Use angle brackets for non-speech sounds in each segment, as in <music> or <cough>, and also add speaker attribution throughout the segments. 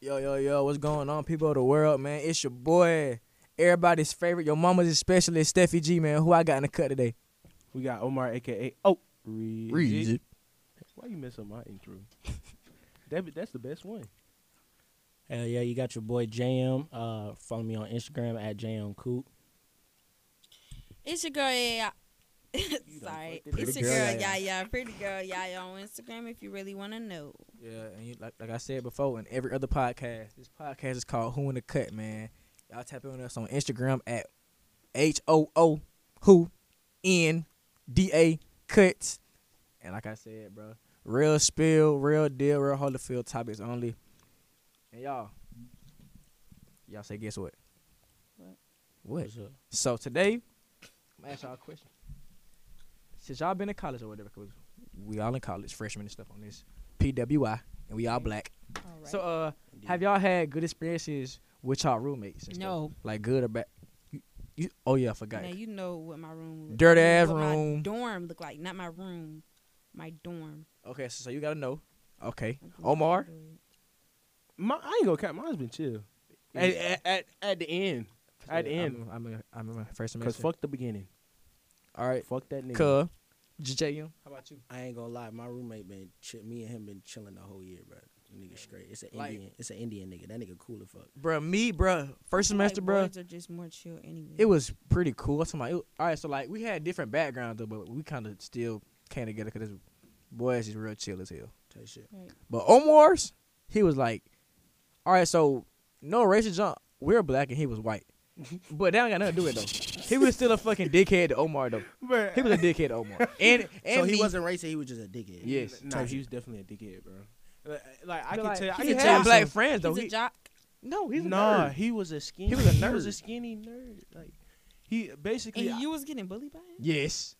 Speaker 1: Yo, yo, yo, what's going on, people of the world, man? It's your boy, everybody's favorite, your mama's especially Steffi G, man. Who I got in the cut today?
Speaker 2: We got Omar, aka Oh Reggie.
Speaker 3: Read it.
Speaker 2: Why you mess up my intro? <laughs> that, that's the best one.
Speaker 4: Hell yeah, you got your boy Jam. Uh, follow me on Instagram at Jam Coop.
Speaker 5: It's your girl, yeah. <laughs> Sorry,
Speaker 2: fucked it
Speaker 5: it's
Speaker 1: up. Pretty
Speaker 5: your
Speaker 1: girl,
Speaker 5: girl,
Speaker 1: yeah,
Speaker 5: yeah, yeah. Pretty girl, yeah, yeah. On Instagram, if you really want to know.
Speaker 1: Yeah, and you, like like I said before, in every other podcast, this podcast is called Who in the Cut, man. Y'all tap in with us on Instagram at H O O Who N D A Cuts. And like I said, bro, real spill, real deal, real Holyfield topics only. And y'all, y'all say, guess what?
Speaker 5: What?
Speaker 1: What?
Speaker 4: What's up?
Speaker 1: So today, I'm gonna ask y'all a question. Since y'all been in college or whatever, 'cause we all in college, freshmen and stuff on this PWI, and we all black.
Speaker 5: All right.
Speaker 1: So, uh, have y'all had good experiences with y'all roommates? and stuff?
Speaker 5: no,
Speaker 1: Like good or bad? You, you, oh yeah, I forgot.
Speaker 5: now you know what my room. look-
Speaker 1: Dirty ass
Speaker 5: what my
Speaker 1: room.
Speaker 5: dorm look like, not my room, my dorm.
Speaker 1: Okay, so, so you gotta know. Okay, Omar.
Speaker 2: My, I ain't gonna count. Mine's been chill. At, at, at, at the end. At the end.
Speaker 1: I'm, I'm, in- I'm in my first
Speaker 2: Because
Speaker 1: semester.
Speaker 2: fuck the beginning.
Speaker 1: All right,
Speaker 2: Fuck that nigga.
Speaker 1: Cub, JJM.
Speaker 4: How about you? I ain't gonna lie, my roommate been chi- me and him been chilling the whole year, bro. The nigga straight. It's an
Speaker 1: Like-
Speaker 4: Indian. It's an Indian nigga. That nigga cool as fuck.
Speaker 1: Bruh, me, bruh. First semester, bruh.
Speaker 5: Boys are just more chill anyway.
Speaker 1: it was pretty cool. I'm talking about, it- all right, so like we had different backgrounds though, but we kind of still came together because boys is real chill as hell.
Speaker 4: Type shit.
Speaker 5: Right.
Speaker 1: But Omar's, he was like, all right, so no racial jump. We're black and he was
Speaker 2: <laughs>
Speaker 1: white, but that ain't got nothing to do with it though. He was still a fucking dickhead to Omar though.
Speaker 2: Bruh.
Speaker 1: He was a dickhead to
Speaker 2: <laughs>
Speaker 1: Omar, and and
Speaker 4: so he
Speaker 1: me.
Speaker 4: wasn't racist. He was just a dickhead.
Speaker 1: <laughs> Yes,
Speaker 2: Nah, he was definitely a dickhead, bro. Like, like I
Speaker 1: But,
Speaker 2: can
Speaker 1: like,
Speaker 2: tell. I
Speaker 1: he
Speaker 2: can
Speaker 1: had
Speaker 2: tell. you
Speaker 1: black
Speaker 2: <laughs> some-
Speaker 1: friends though.
Speaker 5: He's
Speaker 1: He-
Speaker 5: a jock.
Speaker 1: no, he's a
Speaker 2: nah,
Speaker 1: nerd.
Speaker 2: he was a skinny.
Speaker 1: was a
Speaker 2: He was a
Speaker 1: nerd.
Speaker 2: skinny nerd. Like he basically.
Speaker 5: and you was getting bullied by him.
Speaker 1: Yes,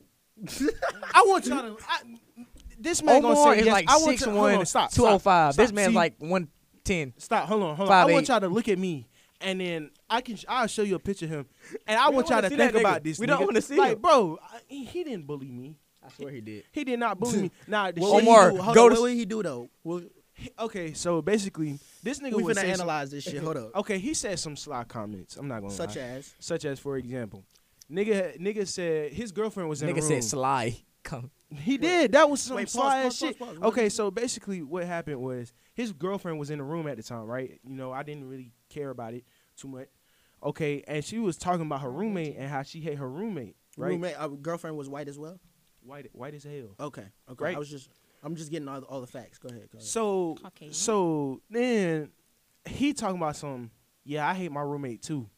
Speaker 2: I want y'all to. I, this man
Speaker 1: Omar
Speaker 2: gonna say
Speaker 1: is
Speaker 2: yes.
Speaker 1: like
Speaker 2: I want
Speaker 1: six
Speaker 2: y'all- hold
Speaker 1: one,
Speaker 2: on, stop,
Speaker 1: two oh five.
Speaker 2: stop,
Speaker 1: This man's
Speaker 2: See,
Speaker 1: like one ten.
Speaker 2: Stop. Hold on. Hold on.
Speaker 1: five,
Speaker 2: I want
Speaker 1: eight.
Speaker 2: y'all to look at me, and then I can. sh- I'll show you a picture of him, and I want y'all
Speaker 1: wanna
Speaker 2: to
Speaker 1: see that
Speaker 2: think about
Speaker 1: nigga.
Speaker 2: this.
Speaker 1: We don't
Speaker 2: nigga.
Speaker 1: wanna see
Speaker 2: Like,
Speaker 1: him.
Speaker 2: bro, I, he he didn't bully me.
Speaker 1: I swear he did.
Speaker 2: He did not bully me. Nah, the
Speaker 4: What
Speaker 2: shit
Speaker 4: would
Speaker 2: he
Speaker 4: he
Speaker 1: Omar,
Speaker 4: do? Hold
Speaker 1: go
Speaker 4: on,
Speaker 1: to-
Speaker 4: What would he do though? Well,
Speaker 2: do- okay, so basically, this nigga
Speaker 4: we
Speaker 2: was
Speaker 4: finna analyze this shit. Hold up.
Speaker 2: Okay, he said some sly comments. I'm not
Speaker 4: <laughs>
Speaker 2: gonna
Speaker 4: Such
Speaker 2: lie.
Speaker 4: as
Speaker 2: Such as, for example, nigga, nigga said his girlfriend was in the
Speaker 1: Nigga
Speaker 2: room.
Speaker 1: said Sly. <laughs> Come.
Speaker 2: He did. That was some
Speaker 4: Wait, pause,
Speaker 2: sly
Speaker 4: pause,
Speaker 2: ass shit.
Speaker 4: pause, pause. What
Speaker 2: Okay,
Speaker 4: did-
Speaker 2: so basically what happened was his girlfriend was in the room at the time, right? You know, I didn't really care about it too much. Okay, and she was talking about her roommate and how she hate her roommate, right?
Speaker 4: roommate, uh, girlfriend was white as well.
Speaker 2: White, white as hell.
Speaker 4: Okay. Okay.
Speaker 2: Right.
Speaker 4: I was just. I'm just getting all the, all the facts. Go ahead. Go ahead.
Speaker 2: So,
Speaker 5: Caucasian.
Speaker 2: so then he talking about some. Yeah, I hate my
Speaker 4: <laughs>
Speaker 2: roommate too.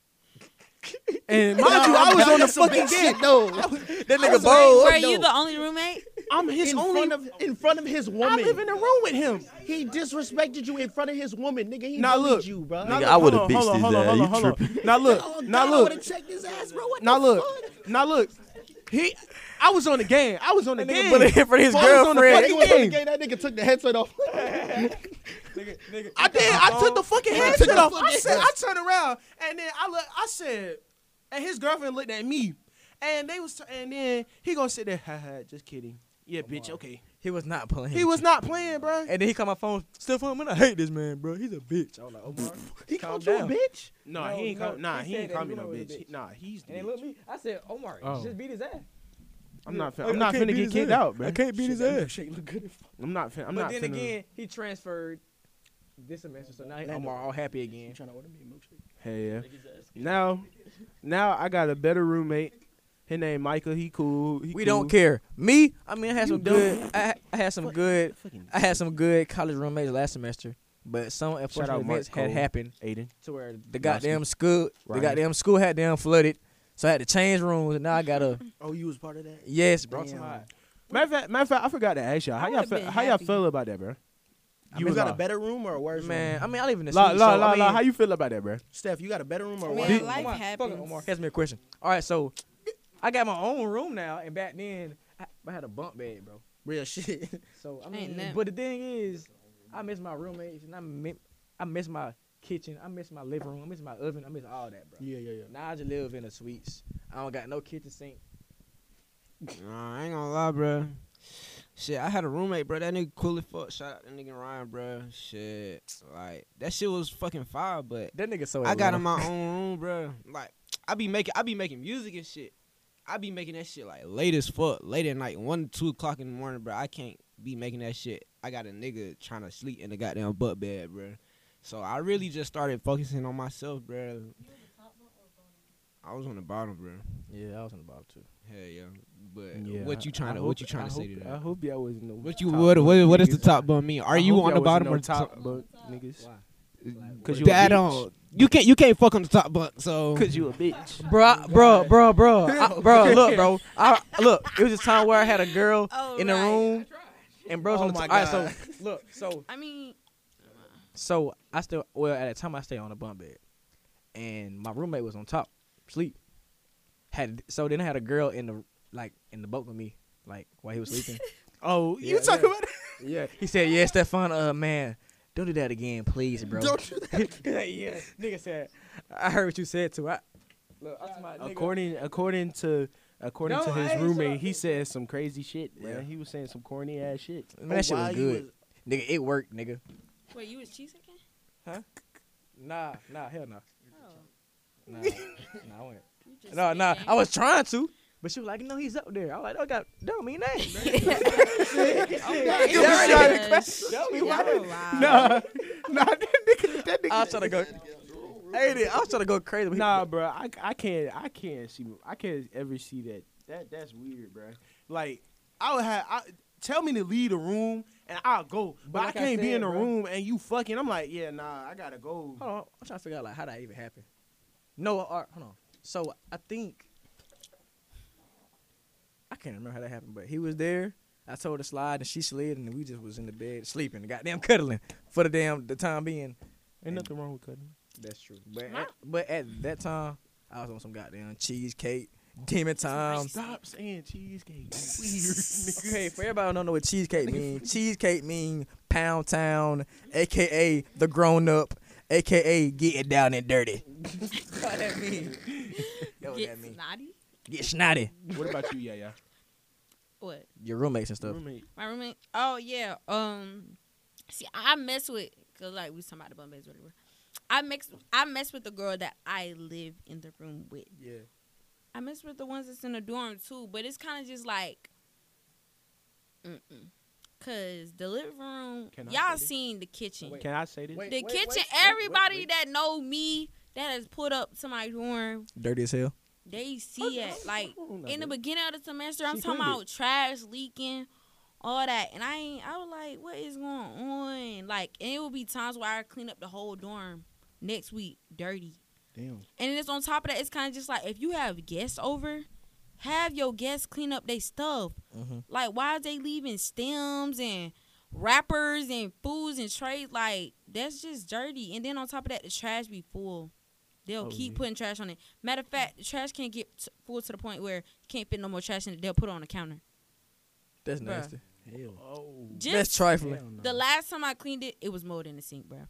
Speaker 2: and mind you, I was on the fucking game.
Speaker 4: No.
Speaker 1: That
Speaker 2: nigga
Speaker 5: Were,
Speaker 1: bold.
Speaker 5: were you the only roommate?
Speaker 2: I'm his
Speaker 4: in
Speaker 2: only.
Speaker 4: front of in front of his woman.
Speaker 2: I live in a room with him.
Speaker 4: He disrespected you in front of his woman, nigga. He
Speaker 2: Now
Speaker 4: bullied
Speaker 2: look.
Speaker 4: you, bro.
Speaker 2: Now
Speaker 3: Nigga,
Speaker 2: look,
Speaker 3: I would've
Speaker 2: hold on,
Speaker 3: bitched
Speaker 2: hold
Speaker 3: his
Speaker 2: on, hold
Speaker 3: ass.
Speaker 2: on, hold
Speaker 3: You
Speaker 2: on, <laughs> Now look,
Speaker 4: Oh, God,
Speaker 2: now
Speaker 4: I
Speaker 2: look.
Speaker 4: would have checked his ass, bro. What
Speaker 2: Now
Speaker 4: the
Speaker 2: look,
Speaker 4: fuck?
Speaker 2: now look. He, I was on the game. I was on the
Speaker 1: That nigga
Speaker 2: game.
Speaker 1: bullied him for his
Speaker 2: I was on the
Speaker 1: girlfriend.
Speaker 2: fucking
Speaker 4: He was on the
Speaker 2: game.
Speaker 4: game. That nigga took the headset off.
Speaker 2: I did. I took the fucking
Speaker 4: took
Speaker 2: headset
Speaker 4: the
Speaker 2: off. I
Speaker 4: fucking
Speaker 2: said, I
Speaker 4: headset.
Speaker 2: turned around and then I look. I said, and his girlfriend looked at me, and they was, and then he gonna sit there. <laughs> Ha ha. Just kidding. Yeah, bitch. Okay.
Speaker 1: He was not playing.
Speaker 2: He was not playing, bruh.
Speaker 1: And then he called my phone. Stefan, man, I hate this man, bro. He's a bitch. I was like, oh, bro.
Speaker 4: he
Speaker 2: Calm
Speaker 4: called you a
Speaker 2: down.
Speaker 4: bitch.
Speaker 2: Nah,
Speaker 1: No,
Speaker 2: he ain't
Speaker 1: no,
Speaker 2: call. Nah,
Speaker 1: he
Speaker 2: he
Speaker 1: said
Speaker 2: ain't
Speaker 1: that
Speaker 2: call me
Speaker 1: he
Speaker 2: no
Speaker 1: was a
Speaker 2: bitch.
Speaker 1: bitch.
Speaker 2: He- Nah, he's. the
Speaker 1: And they
Speaker 2: bitch.
Speaker 1: looked at me. I said, Omar,
Speaker 2: Oh.
Speaker 1: just beat his ass.
Speaker 2: I'm not. Fin-
Speaker 1: I- I
Speaker 2: I'm not
Speaker 1: can't
Speaker 2: finna
Speaker 1: beat
Speaker 2: get
Speaker 1: his
Speaker 2: kicked
Speaker 1: ass.
Speaker 2: out,
Speaker 1: I
Speaker 2: man.
Speaker 1: can't beat his ass.
Speaker 2: I'm not. Fin- I'm
Speaker 1: but
Speaker 2: not.
Speaker 1: then
Speaker 2: finna-
Speaker 1: again, he transferred this semester, so now
Speaker 4: Orlando.
Speaker 1: Omar all happy again.
Speaker 4: trying to order me a milkshake?
Speaker 2: Hell yeah. Now, now I got a better roommate. His name Michael. He cool. He
Speaker 1: We
Speaker 2: cool.
Speaker 1: don't care. Me, I mean, I had
Speaker 2: You
Speaker 1: some
Speaker 2: don't.
Speaker 1: good. I, I had some good.
Speaker 2: Fucking
Speaker 1: I had some good college roommates last semester, but some unfortunate
Speaker 2: out Mark
Speaker 1: events had
Speaker 2: Cole.
Speaker 1: happened
Speaker 2: Aiden.
Speaker 1: to where the
Speaker 2: Brodsky.
Speaker 1: goddamn school, the
Speaker 2: Ryan.
Speaker 1: goddamn school had damn flooded, so I had to change rooms, and now I gotta
Speaker 4: Oh, you was part of that?
Speaker 1: yes, bro.
Speaker 4: Damn.
Speaker 2: Matter of fact, matter of fact, I forgot to ask y'all. How
Speaker 5: I
Speaker 2: y'all
Speaker 5: would've
Speaker 2: feel,
Speaker 5: been
Speaker 2: how y'all
Speaker 5: happy.
Speaker 2: feel about that, bro?
Speaker 4: You,
Speaker 2: was
Speaker 4: got
Speaker 2: all-
Speaker 4: a better room or a worse room?
Speaker 1: Man, I mean, I live in the
Speaker 2: La
Speaker 1: city,
Speaker 2: la
Speaker 1: so,
Speaker 2: la
Speaker 1: I mean,
Speaker 2: la. How you feel about that, bro?
Speaker 4: Steph, you got a better room or a
Speaker 5: Man,
Speaker 4: worse
Speaker 2: Did-
Speaker 4: room?
Speaker 5: life
Speaker 1: Omar, fuck it,
Speaker 5: happens.
Speaker 1: Omar, ask me a question. All right, so I got my own room now, and back then I, I had a bunk bed, bro.
Speaker 4: Real
Speaker 3: <laughs>
Speaker 4: shit.
Speaker 1: So I
Speaker 5: Ain't
Speaker 1: mean,
Speaker 5: nothing.
Speaker 1: but the thing is, I miss my roommates, and I miss, I miss my kitchen, I miss my living room, I miss my oven, I miss all that, bro.
Speaker 4: yeah, yeah,
Speaker 1: Now I just live in the suites. I don't got no kitchen sink.
Speaker 6: Nah, I ain't gonna lie, bro.
Speaker 3: Shit, I had a roommate, bro. That nigga cool as fuck. Shout out that nigga Ryan, bro. Shit, like that shit was fucking fire. But
Speaker 1: That nigga so.
Speaker 3: I got
Speaker 1: Atlanta.
Speaker 3: in my
Speaker 4: <laughs>
Speaker 3: own room, bro. Like I be making, I be making music and shit. I be making that shit like late as fuck, late at night, one, two o'clock in the morning, bro. I can't be making that shit. I got a nigga trying to sleep in the goddamn butt bed, bro. So I really just started focusing on myself, bro. I was on the bottom, bro.
Speaker 1: Yeah, I was on the bottom too.
Speaker 3: Hell yeah. But
Speaker 2: Yeah,
Speaker 3: what you
Speaker 2: I-
Speaker 3: trying
Speaker 2: I
Speaker 3: to
Speaker 2: hope-
Speaker 3: what you trying
Speaker 2: I
Speaker 3: to say
Speaker 2: hope-
Speaker 3: to
Speaker 2: I
Speaker 3: that?
Speaker 2: hope y'all was no
Speaker 3: What you
Speaker 2: top
Speaker 3: what
Speaker 2: bunk
Speaker 3: what, what is the
Speaker 2: niggas.
Speaker 3: top bun mean? Are
Speaker 2: I
Speaker 3: you
Speaker 2: hope
Speaker 3: on the
Speaker 2: y'all wasn't
Speaker 3: bottom
Speaker 2: no
Speaker 3: or top?
Speaker 2: top bunk niggas? uh,
Speaker 3: Cause
Speaker 2: Cause
Speaker 3: you
Speaker 2: you a
Speaker 3: that
Speaker 2: bitch.
Speaker 3: on you can't you can't fuck on the top bunk.
Speaker 2: <laughs>
Speaker 3: So
Speaker 2: Cause you a bitch.
Speaker 1: Bro, bro, bro, bro, <laughs> I, bro. Look, bro. I look. It was a time where I had a girl
Speaker 5: Oh,
Speaker 1: in the
Speaker 5: right.
Speaker 1: room, and bro's on the top. All right, so look, so
Speaker 5: <laughs> I mean,
Speaker 1: So I still well at the time I stayed on a bunk bed, and my roommate was on top sleep. Had so then I had a girl in the like in the boat with me like while he was sleeping.
Speaker 2: Oh,
Speaker 1: Yeah,
Speaker 2: you talking
Speaker 1: yeah.
Speaker 2: about that?
Speaker 1: yeah, he said, <laughs> "Yeah, Stefan, uh man, don't do that again, please, bro." Don't do that. <laughs> yeah, nigga said, "I heard what you said too." I look, I told my nigga-
Speaker 2: According according to according
Speaker 1: No,
Speaker 2: to
Speaker 1: I
Speaker 2: his
Speaker 1: ain't
Speaker 2: roommate,
Speaker 1: talking.
Speaker 2: he said some crazy shit, man.
Speaker 1: Yeah.
Speaker 2: He was saying some corny ass shit.
Speaker 1: man, that shit Oh, was good, nigga. It worked, nigga.
Speaker 5: wait, you was cheesecake?
Speaker 1: Nah, nah, hell nah,
Speaker 5: Oh,
Speaker 1: nah, nah, I went.
Speaker 5: you just
Speaker 1: No,
Speaker 5: spit
Speaker 1: nah,
Speaker 5: game. <laughs>
Speaker 1: I was trying to, but she was like, "No, he's up there." I was like, "Oh God, don't mean that."
Speaker 5: Yes.
Speaker 1: Tell me <laughs>
Speaker 5: Y'all
Speaker 1: why
Speaker 5: are wild.
Speaker 2: <laughs> Nah, nah, that nigga, that nigga.
Speaker 1: I was trying to go. Hey, dude, I was trying to go crazy. but he-
Speaker 2: Nah, bro, I, I can't I can't see I can't ever see that. That that's weird, bro. Like I would have I, tell me to leave the room and I'll go, but,
Speaker 1: But like
Speaker 2: I
Speaker 1: I
Speaker 2: can't be
Speaker 1: said,
Speaker 2: in the
Speaker 1: bro.
Speaker 2: room and you fucking. I'm like, yeah, nah, I gotta go.
Speaker 1: hold on. I'm trying to figure out like how that even happened. No, all right, hold on. So I think I can't remember how that happened, but he was there. I told her to slide, and she slid, and we just was in the bed sleeping, goddamn cuddling for the damn the time being.
Speaker 2: Ain't nothing wrong with cutting.
Speaker 1: That's true. But at, but at that time, I was on some goddamn cheesecake, demon time.
Speaker 2: Um, Stop saying
Speaker 1: <laughs>
Speaker 2: cheesecake.
Speaker 1: Okay, for everybody who don't know what cheesecake
Speaker 5: <laughs>
Speaker 1: mean, cheesecake mean pound town, aka the grown up, aka getting down and
Speaker 5: <laughs>
Speaker 1: dirty. what that mean? That what that
Speaker 5: Get
Speaker 1: mean.
Speaker 5: snotty?
Speaker 1: Get snotty.
Speaker 2: what about you, Yaya?
Speaker 5: What?
Speaker 1: Your roommates and
Speaker 5: Mm.
Speaker 1: stuff.
Speaker 2: Roommate.
Speaker 5: My roommate? Oh yeah. Um, see, I mess with cause like we was talking about the Bombays whatever. I mix. I mess with the girl that I live in the room with.
Speaker 1: Yeah.
Speaker 5: I mess with the ones that's in the dorm too, but it's kind of just like, mm cause the living room.
Speaker 2: Can I
Speaker 5: y'all
Speaker 2: say this?
Speaker 5: seen the kitchen?
Speaker 2: Can I say this?
Speaker 1: Wait.
Speaker 5: the kitchen. everybody that know me that has put up to my dorm,
Speaker 1: Dirty as hell.
Speaker 5: they see it. Like in the beginning of the semester, I'm
Speaker 2: She
Speaker 5: talking
Speaker 2: cleaned
Speaker 5: about trash leaking, all that, and I ain't, I was like, what is going on? Like, and it would be times where I clean up the whole dorm next week, dirty.
Speaker 2: Damn.
Speaker 5: And it's on top of that, it's kind of just like if you have guests over, have your guests clean up their stuff.
Speaker 1: Mhm.
Speaker 5: Like, why is they leaving stems and wrappers and foods and trays? Like, that's just dirty. And then on top of that, the trash be full. They'll
Speaker 2: Oh,
Speaker 5: keep
Speaker 2: yeah.
Speaker 5: putting trash on it. Matter of fact, the trash can't get t- full to the point where you can't fit no more trash in it. They'll put it on the counter.
Speaker 1: That's
Speaker 5: Bruh.
Speaker 1: nasty.
Speaker 4: Hell,
Speaker 2: Oh.
Speaker 5: Just
Speaker 1: That's trifling.
Speaker 4: hell no.
Speaker 5: the last time I cleaned it, it was mold in the sink, bro.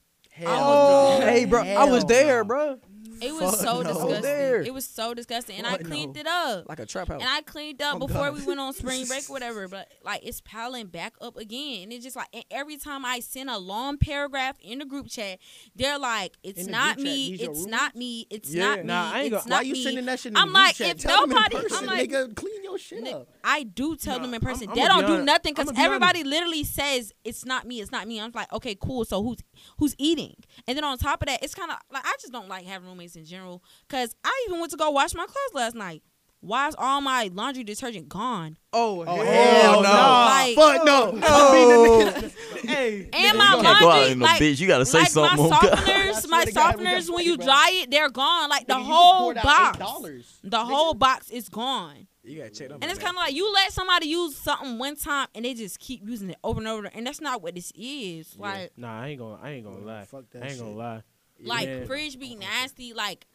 Speaker 1: Oh, hey, bro, I was
Speaker 4: Hell
Speaker 1: there,
Speaker 4: no.
Speaker 1: bro.
Speaker 5: It was
Speaker 1: Fuck
Speaker 5: so
Speaker 1: no.
Speaker 5: disgusting.
Speaker 1: There.
Speaker 5: It was so disgusting, and I
Speaker 1: Fuck no.
Speaker 5: cleaned it up.
Speaker 1: Like a trap house.
Speaker 5: And I cleaned up
Speaker 1: Oh,
Speaker 5: before
Speaker 1: God.
Speaker 5: we went on spring
Speaker 2: <laughs>
Speaker 5: break or whatever, but like it's piling back up again. And it's just like and every time I send a long paragraph in the group chat, they're like,
Speaker 2: In
Speaker 5: It's
Speaker 2: the
Speaker 5: not
Speaker 2: group chat,
Speaker 5: me,
Speaker 2: these your
Speaker 5: it's not me, it's
Speaker 1: Yeah.
Speaker 5: not me,
Speaker 2: Nah, I ain't
Speaker 5: it's
Speaker 2: gonna.
Speaker 5: not
Speaker 2: Why you
Speaker 5: me.
Speaker 2: sending that shit in the
Speaker 5: I'm
Speaker 2: group
Speaker 5: like,
Speaker 2: chat?
Speaker 5: if
Speaker 2: Tell them in
Speaker 5: nobody- I'm
Speaker 2: person,
Speaker 5: like-
Speaker 2: nigga, clean your shit
Speaker 5: Ni-
Speaker 2: up.
Speaker 5: I do tell
Speaker 2: Nah,
Speaker 5: them in
Speaker 2: I'm-
Speaker 5: person.
Speaker 2: I'ma
Speaker 5: they
Speaker 2: be
Speaker 5: don't do
Speaker 2: honest.
Speaker 5: nothing because
Speaker 2: I'ma be
Speaker 5: everybody literally says it's not me, it's not me. I'm like, okay, cool. So who's who's eating? And then on top of that, it's kind of like I just don't like having roommates in general. Cause I even went to go wash my clothes last night. Why is all my laundry detergent gone?
Speaker 1: oh,
Speaker 2: hell no.
Speaker 5: Like,
Speaker 1: Fuck no. Oh.
Speaker 5: <laughs>
Speaker 2: Hey,
Speaker 5: and
Speaker 6: you
Speaker 5: my
Speaker 6: can't go out
Speaker 5: laundry,
Speaker 6: in no
Speaker 5: like,
Speaker 6: bitch. You gotta say
Speaker 5: like
Speaker 6: something.
Speaker 5: my
Speaker 6: on God.
Speaker 5: softeners,
Speaker 2: I
Speaker 5: my
Speaker 2: swear to God, we got
Speaker 5: softeners when
Speaker 2: funny,
Speaker 5: you
Speaker 2: bro.
Speaker 5: dry it, they're gone. Like the
Speaker 2: Nigga, you
Speaker 5: whole
Speaker 2: poured out
Speaker 5: box,
Speaker 2: $8,
Speaker 5: the
Speaker 2: nigga.
Speaker 5: whole box is gone.
Speaker 1: You gotta check them.
Speaker 5: And it's kind of like you let somebody use something one time and they just keep using it over and over, and that's not what this is. Like,
Speaker 2: Nah, I ain't gonna. I ain't gonna lie.
Speaker 4: Fuck that
Speaker 2: I ain't
Speaker 4: shit.
Speaker 2: gonna lie.
Speaker 5: like
Speaker 2: Yeah.
Speaker 5: fridge be nasty. Like,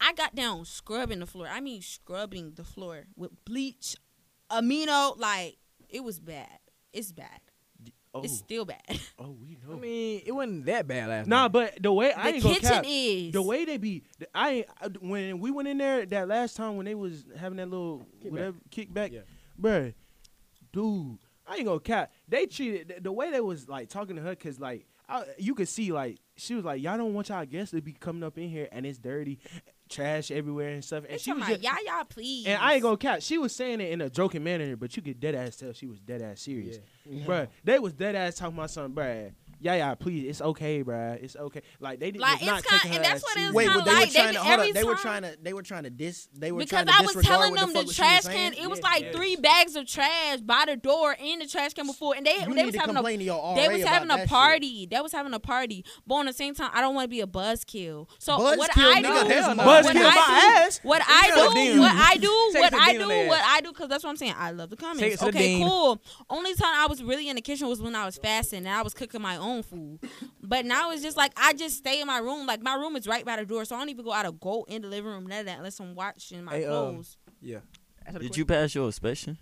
Speaker 5: I got down scrubbing the floor. I mean, scrubbing the floor with bleach, amino. Like, it was bad. It's bad.
Speaker 2: Oh,
Speaker 5: It's still bad.
Speaker 2: oh, we know.
Speaker 1: I mean, it wasn't that bad last
Speaker 2: nah,
Speaker 1: night.
Speaker 2: but the way I
Speaker 5: the
Speaker 2: ain't gonna
Speaker 5: kitchen
Speaker 2: cap.
Speaker 5: is
Speaker 2: The way they be, the- I ain't- I- when we went in there that last time when they was having that little whatever kickback,
Speaker 1: Yeah.
Speaker 2: bruh, dude, I ain't gonna cap. They treated the- the way they was like talking to her, cause like I, you could see like she was like, y'all don't want y'all guests to be coming up in here and it's dirty, trash everywhere and stuff. And
Speaker 5: They
Speaker 2: she
Speaker 5: talking
Speaker 2: was
Speaker 5: about
Speaker 2: just,
Speaker 5: y'all, y'all, please.
Speaker 2: and I ain't gonna cap. She was saying it in a joking manner, but you could dead ass tell she was dead ass serious, Bruh, They was dead ass talking about something, bruh. Yeah, yeah, please, it's okay, bruh. It's okay. Like they did
Speaker 5: Like,
Speaker 2: was not
Speaker 5: it's kinda-
Speaker 2: taking her
Speaker 5: and that's
Speaker 2: ass
Speaker 5: what it
Speaker 2: serious.
Speaker 5: It's
Speaker 6: Wait,
Speaker 5: kinda
Speaker 6: but they
Speaker 5: like
Speaker 6: were
Speaker 5: they
Speaker 6: trying
Speaker 5: be
Speaker 6: to hold
Speaker 5: every
Speaker 6: up. They were
Speaker 5: time-
Speaker 6: trying to they were trying to dis they were
Speaker 5: because
Speaker 6: trying to
Speaker 5: I was
Speaker 6: disregard
Speaker 5: telling
Speaker 6: what the,
Speaker 5: them the,
Speaker 6: fuck she was
Speaker 5: trash
Speaker 6: saying.
Speaker 5: can. It was like three bags of trash by the door in the trash can before, and they
Speaker 6: You
Speaker 5: they
Speaker 6: need
Speaker 5: was
Speaker 6: to
Speaker 5: having a
Speaker 6: complain to your RA
Speaker 5: they was
Speaker 6: about
Speaker 5: having
Speaker 6: that
Speaker 5: a
Speaker 6: shit.
Speaker 5: party. They was having a party, but on the same time, I don't want to be a buzzkill. So what
Speaker 6: Buzzkill,
Speaker 5: I do,
Speaker 6: nigga,
Speaker 1: hell no.
Speaker 5: what
Speaker 2: Buzzkill
Speaker 5: I
Speaker 2: my
Speaker 5: do-
Speaker 2: ass.
Speaker 5: What I
Speaker 1: Yeah,
Speaker 5: do,
Speaker 1: damn.
Speaker 5: what I do,
Speaker 1: Take
Speaker 5: what
Speaker 1: the
Speaker 5: I
Speaker 1: dean
Speaker 5: do,
Speaker 1: on the
Speaker 5: what
Speaker 1: ass.
Speaker 5: I do, because that's what I'm saying. I love the
Speaker 1: Take it
Speaker 5: comments.
Speaker 1: to the
Speaker 5: Okay,
Speaker 1: dean.
Speaker 5: cool. Only time I was really in the kitchen was when I was fasting and I was cooking my own food. But now it's just like I just stay in my room. Like my room is right by the door, so I don't even go out or go in the living room none of that unless I'm watching my
Speaker 1: Hey, um,
Speaker 5: clothes.
Speaker 1: Yeah.
Speaker 7: Did you pass your inspection?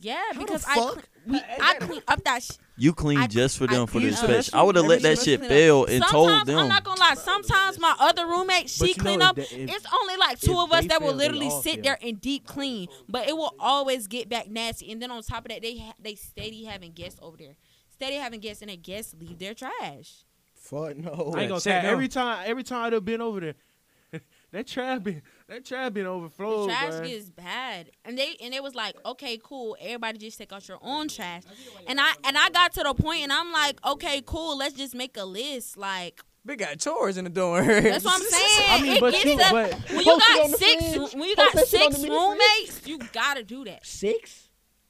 Speaker 5: Yeah,
Speaker 6: How the
Speaker 5: because I cle-
Speaker 6: fuck?
Speaker 5: we, I clean up that shit.
Speaker 7: You
Speaker 5: I-
Speaker 7: cleaned just for
Speaker 5: I
Speaker 7: them for the
Speaker 5: cleaned up.
Speaker 7: inspection. I would have let that shit fail and
Speaker 5: sometimes,
Speaker 7: told them.
Speaker 5: I'm not gonna lie. Sometimes my other roommate she
Speaker 2: But you know
Speaker 5: clean
Speaker 2: if
Speaker 5: up.
Speaker 2: that- if-
Speaker 5: it's only like two
Speaker 2: if
Speaker 5: of us
Speaker 2: they
Speaker 5: that will
Speaker 2: fail, they
Speaker 5: literally
Speaker 2: all
Speaker 5: sit
Speaker 2: fail.
Speaker 5: there and deep clean, but it will always get back nasty. And then on top of that, they ha- they steady having guests over there, steady having guests, and the guests leave their trash.
Speaker 6: Fuck no.
Speaker 2: I ain't gonna
Speaker 1: Sit
Speaker 2: cap.
Speaker 1: down.
Speaker 2: Every time, every time I've been over there, <laughs> that trash been that trash been
Speaker 5: The
Speaker 2: overflowed.
Speaker 5: trash
Speaker 2: Oh, bruh.
Speaker 5: gets bad, and they and it was like, okay, cool. Everybody just take out your own trash, and I and I got to the point, and I'm like, okay, cool. Let's just make a list, like.
Speaker 1: They got chores in the door. <laughs>
Speaker 5: That's what I'm
Speaker 2: <laughs>
Speaker 5: saying.
Speaker 2: I mean,
Speaker 5: it
Speaker 2: but
Speaker 5: gets
Speaker 2: you-
Speaker 5: up-
Speaker 2: but-
Speaker 5: when you
Speaker 6: Post it on
Speaker 5: got
Speaker 6: the
Speaker 5: six,
Speaker 6: fridge.
Speaker 5: when
Speaker 6: Post
Speaker 5: you got
Speaker 6: that shit on
Speaker 5: six
Speaker 6: the mini fridge.
Speaker 5: roommates, you gotta do that.
Speaker 4: Six?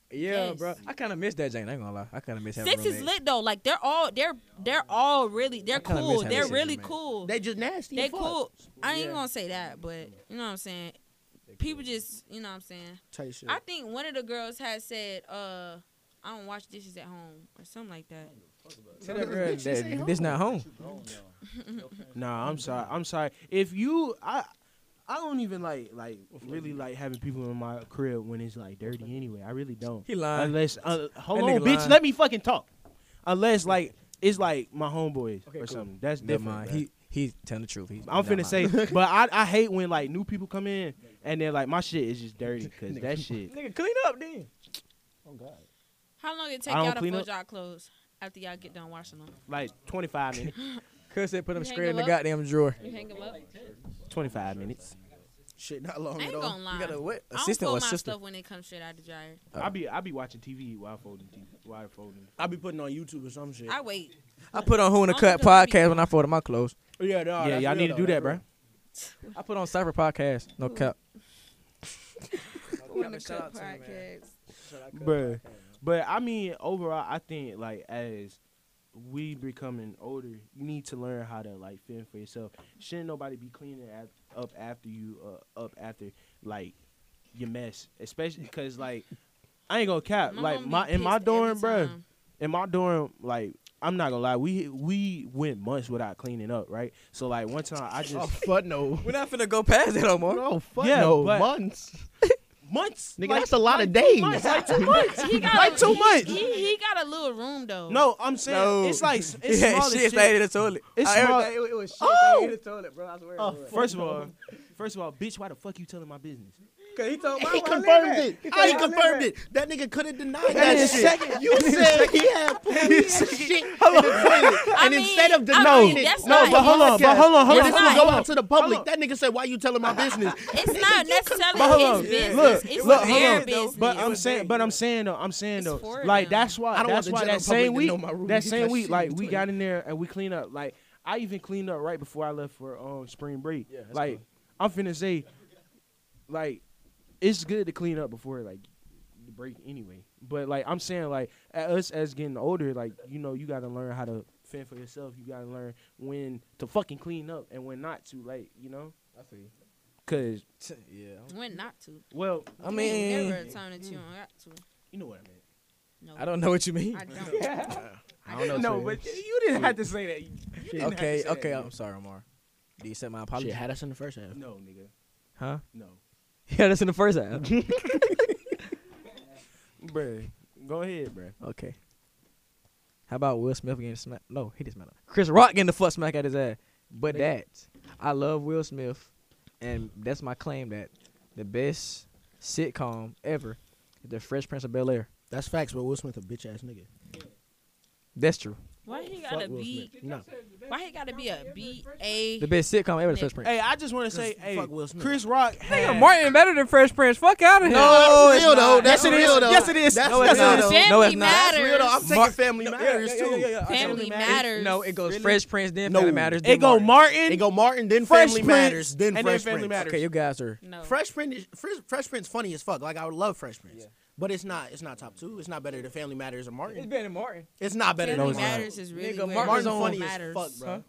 Speaker 1: Yeah,
Speaker 5: Yes.
Speaker 1: bro. I kind of miss that, Jane. I ain't gonna lie. I kind of miss having
Speaker 5: Six is
Speaker 1: roommates.
Speaker 5: lit though. Like they're all they're they're all really they're
Speaker 1: I kinda miss
Speaker 5: cool.
Speaker 1: having
Speaker 5: They're
Speaker 1: six
Speaker 5: really
Speaker 1: roommates.
Speaker 5: cool. They,
Speaker 6: They just nasty. as fuck.
Speaker 5: cool. I ain't
Speaker 2: Yeah.
Speaker 5: gonna say that, but you know what I'm saying. People just you know what I'm saying.
Speaker 6: Type shit.
Speaker 5: I think one of the girls had said, uh, I don't wash dishes at home or something like that.
Speaker 1: Tell that girl
Speaker 6: Bitch, you say
Speaker 1: that this not home.
Speaker 2: Nah,
Speaker 5: Mm-hmm.
Speaker 2: I'm sorry. I'm sorry. If you, I, I don't even like like really like having people in my crib when it's like dirty anyway. I really don't.
Speaker 1: He lying.
Speaker 2: Unless, uh, hold
Speaker 1: That
Speaker 2: on,
Speaker 1: nigga
Speaker 2: bitch.
Speaker 1: lying.
Speaker 2: Let me fucking talk. Unless like it's like my homeboys
Speaker 1: Okay,
Speaker 2: or
Speaker 1: cool.
Speaker 2: something. That's
Speaker 1: Never
Speaker 2: different.
Speaker 1: mind.
Speaker 2: bruh.
Speaker 1: He he's telling the truth. He's,
Speaker 2: I'm
Speaker 1: never
Speaker 2: finna
Speaker 1: mind.
Speaker 2: say,
Speaker 1: <laughs>
Speaker 2: <laughs> but I I hate when like new people come in and they're like my shit is just dirty because that shit.
Speaker 1: nigga, clean up then.
Speaker 6: Oh god.
Speaker 5: How long it take
Speaker 2: I don't
Speaker 5: y'all to
Speaker 2: clean up.
Speaker 5: fold y'all clothes after y'all get done washing them?
Speaker 2: Like 25 minutes.
Speaker 1: <laughs> Cuz said put them
Speaker 5: You
Speaker 1: straight in
Speaker 5: hang
Speaker 1: the
Speaker 5: him up?
Speaker 1: goddamn drawer.
Speaker 5: You hang them up.
Speaker 2: 25 minutes.
Speaker 6: Shit, not long
Speaker 5: I ain't
Speaker 6: at all.
Speaker 5: gonna lie.
Speaker 1: You got a what?
Speaker 5: I don't
Speaker 1: Assistant
Speaker 5: fold
Speaker 1: or
Speaker 5: my
Speaker 1: assistant?
Speaker 5: stuff when it comes straight out the dryer.
Speaker 2: I be I be watching TV while folding TV while folding.
Speaker 6: I'll be putting on YouTube or some shit.
Speaker 5: I wait.
Speaker 1: I put on Who in the
Speaker 5: I'm
Speaker 1: Cut
Speaker 5: gonna be-
Speaker 1: podcast when I folded my clothes.
Speaker 6: yeah,
Speaker 1: Oh,
Speaker 2: yeah, y'all need to do that, bro.
Speaker 1: I put on Cypher podcast. No cap.
Speaker 5: Wanna cook podcast.
Speaker 2: Bruh. But I mean, overall, I think like as we becoming older, you need to learn how to like fend for yourself. Shouldn't nobody be cleaning af- up after you, uh, up after like your mess, especially because like I ain't gonna cap.
Speaker 5: My
Speaker 2: like
Speaker 5: mom be
Speaker 2: my in my
Speaker 5: pissed every
Speaker 2: dorm, bruh.
Speaker 5: time.
Speaker 2: in my dorm, like I'm not gonna lie, we we went months without cleaning up, right? So like one time I
Speaker 6: Oh
Speaker 2: just
Speaker 6: fuck no.
Speaker 1: We're not <laughs> finna go past that no more.
Speaker 6: No, fuck
Speaker 2: Yeah,
Speaker 6: no.
Speaker 2: but-
Speaker 6: Months.
Speaker 2: months,
Speaker 6: Nigga,
Speaker 2: like,
Speaker 6: that's a lot of
Speaker 2: two
Speaker 6: days.
Speaker 2: months, like two months.
Speaker 5: He got
Speaker 2: Like
Speaker 5: a-
Speaker 2: too
Speaker 5: he-
Speaker 2: much.
Speaker 5: He, he got a little room though.
Speaker 2: No, I'm saying it's
Speaker 1: <laughs>
Speaker 2: like it's
Speaker 1: It
Speaker 2: small
Speaker 1: had
Speaker 2: as
Speaker 1: shit,
Speaker 2: shit.
Speaker 1: stayed in the toilet.
Speaker 2: It's
Speaker 1: Uh,
Speaker 2: small-
Speaker 1: everything- It, it was shit
Speaker 2: Oh!
Speaker 1: stayed in the toilet, bro. I swear.
Speaker 6: Oh,
Speaker 2: First of all, first of all, bitch, why the fuck you telling my business?
Speaker 1: Cause he told
Speaker 6: He confirmed it. He confirmed it. That nigga couldn't deny
Speaker 2: And
Speaker 6: that
Speaker 2: then
Speaker 6: shit.
Speaker 2: second-
Speaker 6: you said he had poop, he had shit in the toilet.
Speaker 5: I
Speaker 6: and
Speaker 5: mean-
Speaker 6: instead of
Speaker 5: I
Speaker 6: denying
Speaker 5: mean,
Speaker 6: it,
Speaker 5: that's
Speaker 2: No,
Speaker 5: not-
Speaker 2: but hold on, but hold on, hold on, hold
Speaker 6: when this
Speaker 5: It's
Speaker 6: was
Speaker 5: not-
Speaker 2: on,
Speaker 6: going
Speaker 2: hold
Speaker 6: out
Speaker 2: on.
Speaker 6: to the public, that nigga said, "Why you telling my business?"
Speaker 5: it's not <laughs> necessarily
Speaker 2: But hold on,
Speaker 5: his business.
Speaker 2: look,
Speaker 5: it's
Speaker 2: look, hold
Speaker 5: their
Speaker 2: on.
Speaker 5: business.
Speaker 2: But I'm saying, but I'm saying though, I'm saying
Speaker 5: It's
Speaker 2: though,
Speaker 5: for
Speaker 2: like
Speaker 5: them.
Speaker 2: that's why,
Speaker 6: I don't want
Speaker 2: that's
Speaker 6: the
Speaker 2: why
Speaker 6: general
Speaker 2: that same
Speaker 6: public
Speaker 2: week,
Speaker 6: to know my room
Speaker 2: that
Speaker 6: is
Speaker 2: same
Speaker 6: that
Speaker 2: week,
Speaker 6: shit
Speaker 2: like
Speaker 6: in the
Speaker 2: we
Speaker 6: toilet.
Speaker 2: got in there and we cleaned up. Like I even cleaned up right before I left for um spring break.
Speaker 1: Yeah, that's
Speaker 2: like
Speaker 1: cool.
Speaker 2: I'm finna say, like it's good to clean up before like the break anyway. But like I'm saying, like at us as getting older, like you know, you gotta learn how to fend for yourself. You gotta learn when to fucking clean up and when not to. Like you know,
Speaker 1: I feel
Speaker 2: cause
Speaker 1: you. Yeah.
Speaker 5: When not to.
Speaker 2: well,
Speaker 1: I
Speaker 5: There ain't
Speaker 1: mean,
Speaker 5: never a time that you don't got to.
Speaker 2: you know what I mean.
Speaker 5: No,
Speaker 1: I don't know what you mean.
Speaker 5: I don't. <laughs>
Speaker 6: I don't know.
Speaker 2: No,
Speaker 6: Trey.
Speaker 2: but you didn't have to say that. You didn't have to
Speaker 1: Okay,
Speaker 2: say
Speaker 1: okay.
Speaker 2: that.
Speaker 1: I'm sorry, Omar. Do you accept my apology?
Speaker 4: Shit, had us in the first half.
Speaker 2: No, nigga.
Speaker 1: Huh?
Speaker 2: No.
Speaker 1: <laughs> Yeah, that's in the first half.
Speaker 2: Bruh. Go ahead, bruh.
Speaker 1: Okay. How about Will Smith getting smacked? No, he didn't smack. Chris Rock getting the fuck smack at his ass. But that, I love Will Smith, and that's my claim that the best sitcom ever is The Fresh Prince of Bel Air.
Speaker 6: That's facts, but Will Smith a bitch ass nigga.
Speaker 1: That's true.
Speaker 5: Why he
Speaker 6: Fuck
Speaker 5: gotta
Speaker 6: Will
Speaker 5: be?
Speaker 6: Smith. Nah.
Speaker 5: Why he gotta be a B A?
Speaker 1: The best sitcom ever, The Fresh Prince.
Speaker 2: Hey, I just want to say,
Speaker 6: Just
Speaker 2: hey,
Speaker 6: fuck Will Smith.
Speaker 2: Chris Rock.
Speaker 1: Nigga,
Speaker 2: had-
Speaker 1: Martin better than Fresh Prince. Fuck out of here.
Speaker 6: No, that's real though.
Speaker 1: Yes,
Speaker 6: That's
Speaker 1: it
Speaker 6: real
Speaker 1: is.
Speaker 6: though.
Speaker 1: Yes, it is.
Speaker 6: That's
Speaker 1: no,
Speaker 6: real
Speaker 1: it's not.
Speaker 6: though.
Speaker 5: Family
Speaker 1: No, it's not.
Speaker 5: matters.
Speaker 6: That's real though. I'm taking
Speaker 1: Mark-
Speaker 6: Family Matters too.
Speaker 5: Family matters.
Speaker 1: No, it goes
Speaker 2: Really?
Speaker 1: Fresh Prince, then
Speaker 6: No.
Speaker 1: Family Matters. Then
Speaker 2: It go
Speaker 1: Martin.
Speaker 2: Martin.
Speaker 6: It go Martin, then
Speaker 2: Fresh
Speaker 6: Family
Speaker 2: Prince,
Speaker 6: Matters, then
Speaker 2: and then
Speaker 6: Fresh
Speaker 2: Family
Speaker 6: Prince.
Speaker 2: Matters.
Speaker 1: Okay, you guys are.
Speaker 5: No.
Speaker 6: Fresh Prince, is, Fresh, Fresh Prince, funny as fuck. Like I would love Fresh Prince, but it's not. It's not top two. It's not better than Family Matters or Martin.
Speaker 1: better than Martin.
Speaker 6: It's not better
Speaker 5: Family
Speaker 6: than Martin.
Speaker 5: matters is really
Speaker 1: Nigga, Martin's
Speaker 5: where
Speaker 6: Martin
Speaker 5: Martin
Speaker 1: on-
Speaker 6: funny
Speaker 5: matters.
Speaker 6: as fuck,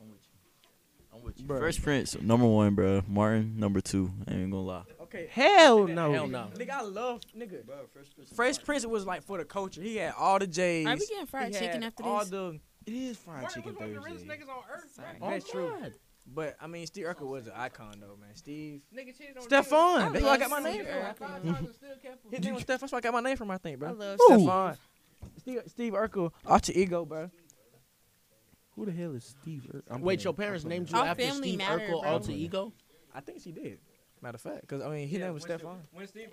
Speaker 6: bro.
Speaker 1: Huh?
Speaker 7: Fresh Prince, number one, bro. Martin, number two. I ain't gonna lie.
Speaker 1: Okay.
Speaker 2: Hell no.
Speaker 6: Hell no.
Speaker 1: Nigga, I love nigga. Fresh Prince was like for the culture. He had all the J's.
Speaker 5: Are we getting
Speaker 1: He
Speaker 5: fried chicken
Speaker 1: had
Speaker 5: after
Speaker 1: all
Speaker 5: this?
Speaker 1: the.
Speaker 2: It is fried chicken Thursday.
Speaker 6: Oh
Speaker 1: That's true. But I mean, Steve Urkel was an icon though, man. Steve.
Speaker 5: I
Speaker 1: Stefan. That's where I
Speaker 5: love
Speaker 1: got my name
Speaker 5: Steve
Speaker 1: from.
Speaker 5: Urkel.
Speaker 1: His name was Stefan. That's where I got my name from. I think, bro.
Speaker 5: I love
Speaker 1: Ooh.
Speaker 5: Stefan.
Speaker 1: Stefan. Steve, Steve Urkel, alter ego, bro.
Speaker 2: Who the hell is Steve? Ur- I'm
Speaker 6: Wait,
Speaker 2: playing.
Speaker 6: your
Speaker 2: I'm
Speaker 6: parents
Speaker 2: playing.
Speaker 6: named you
Speaker 5: Our
Speaker 6: after
Speaker 5: family
Speaker 6: Steve
Speaker 5: matter,
Speaker 6: Urkel,
Speaker 5: bro.
Speaker 6: alter ego?
Speaker 1: I think she did. Matter of fact, cause I mean, his name was Stefan.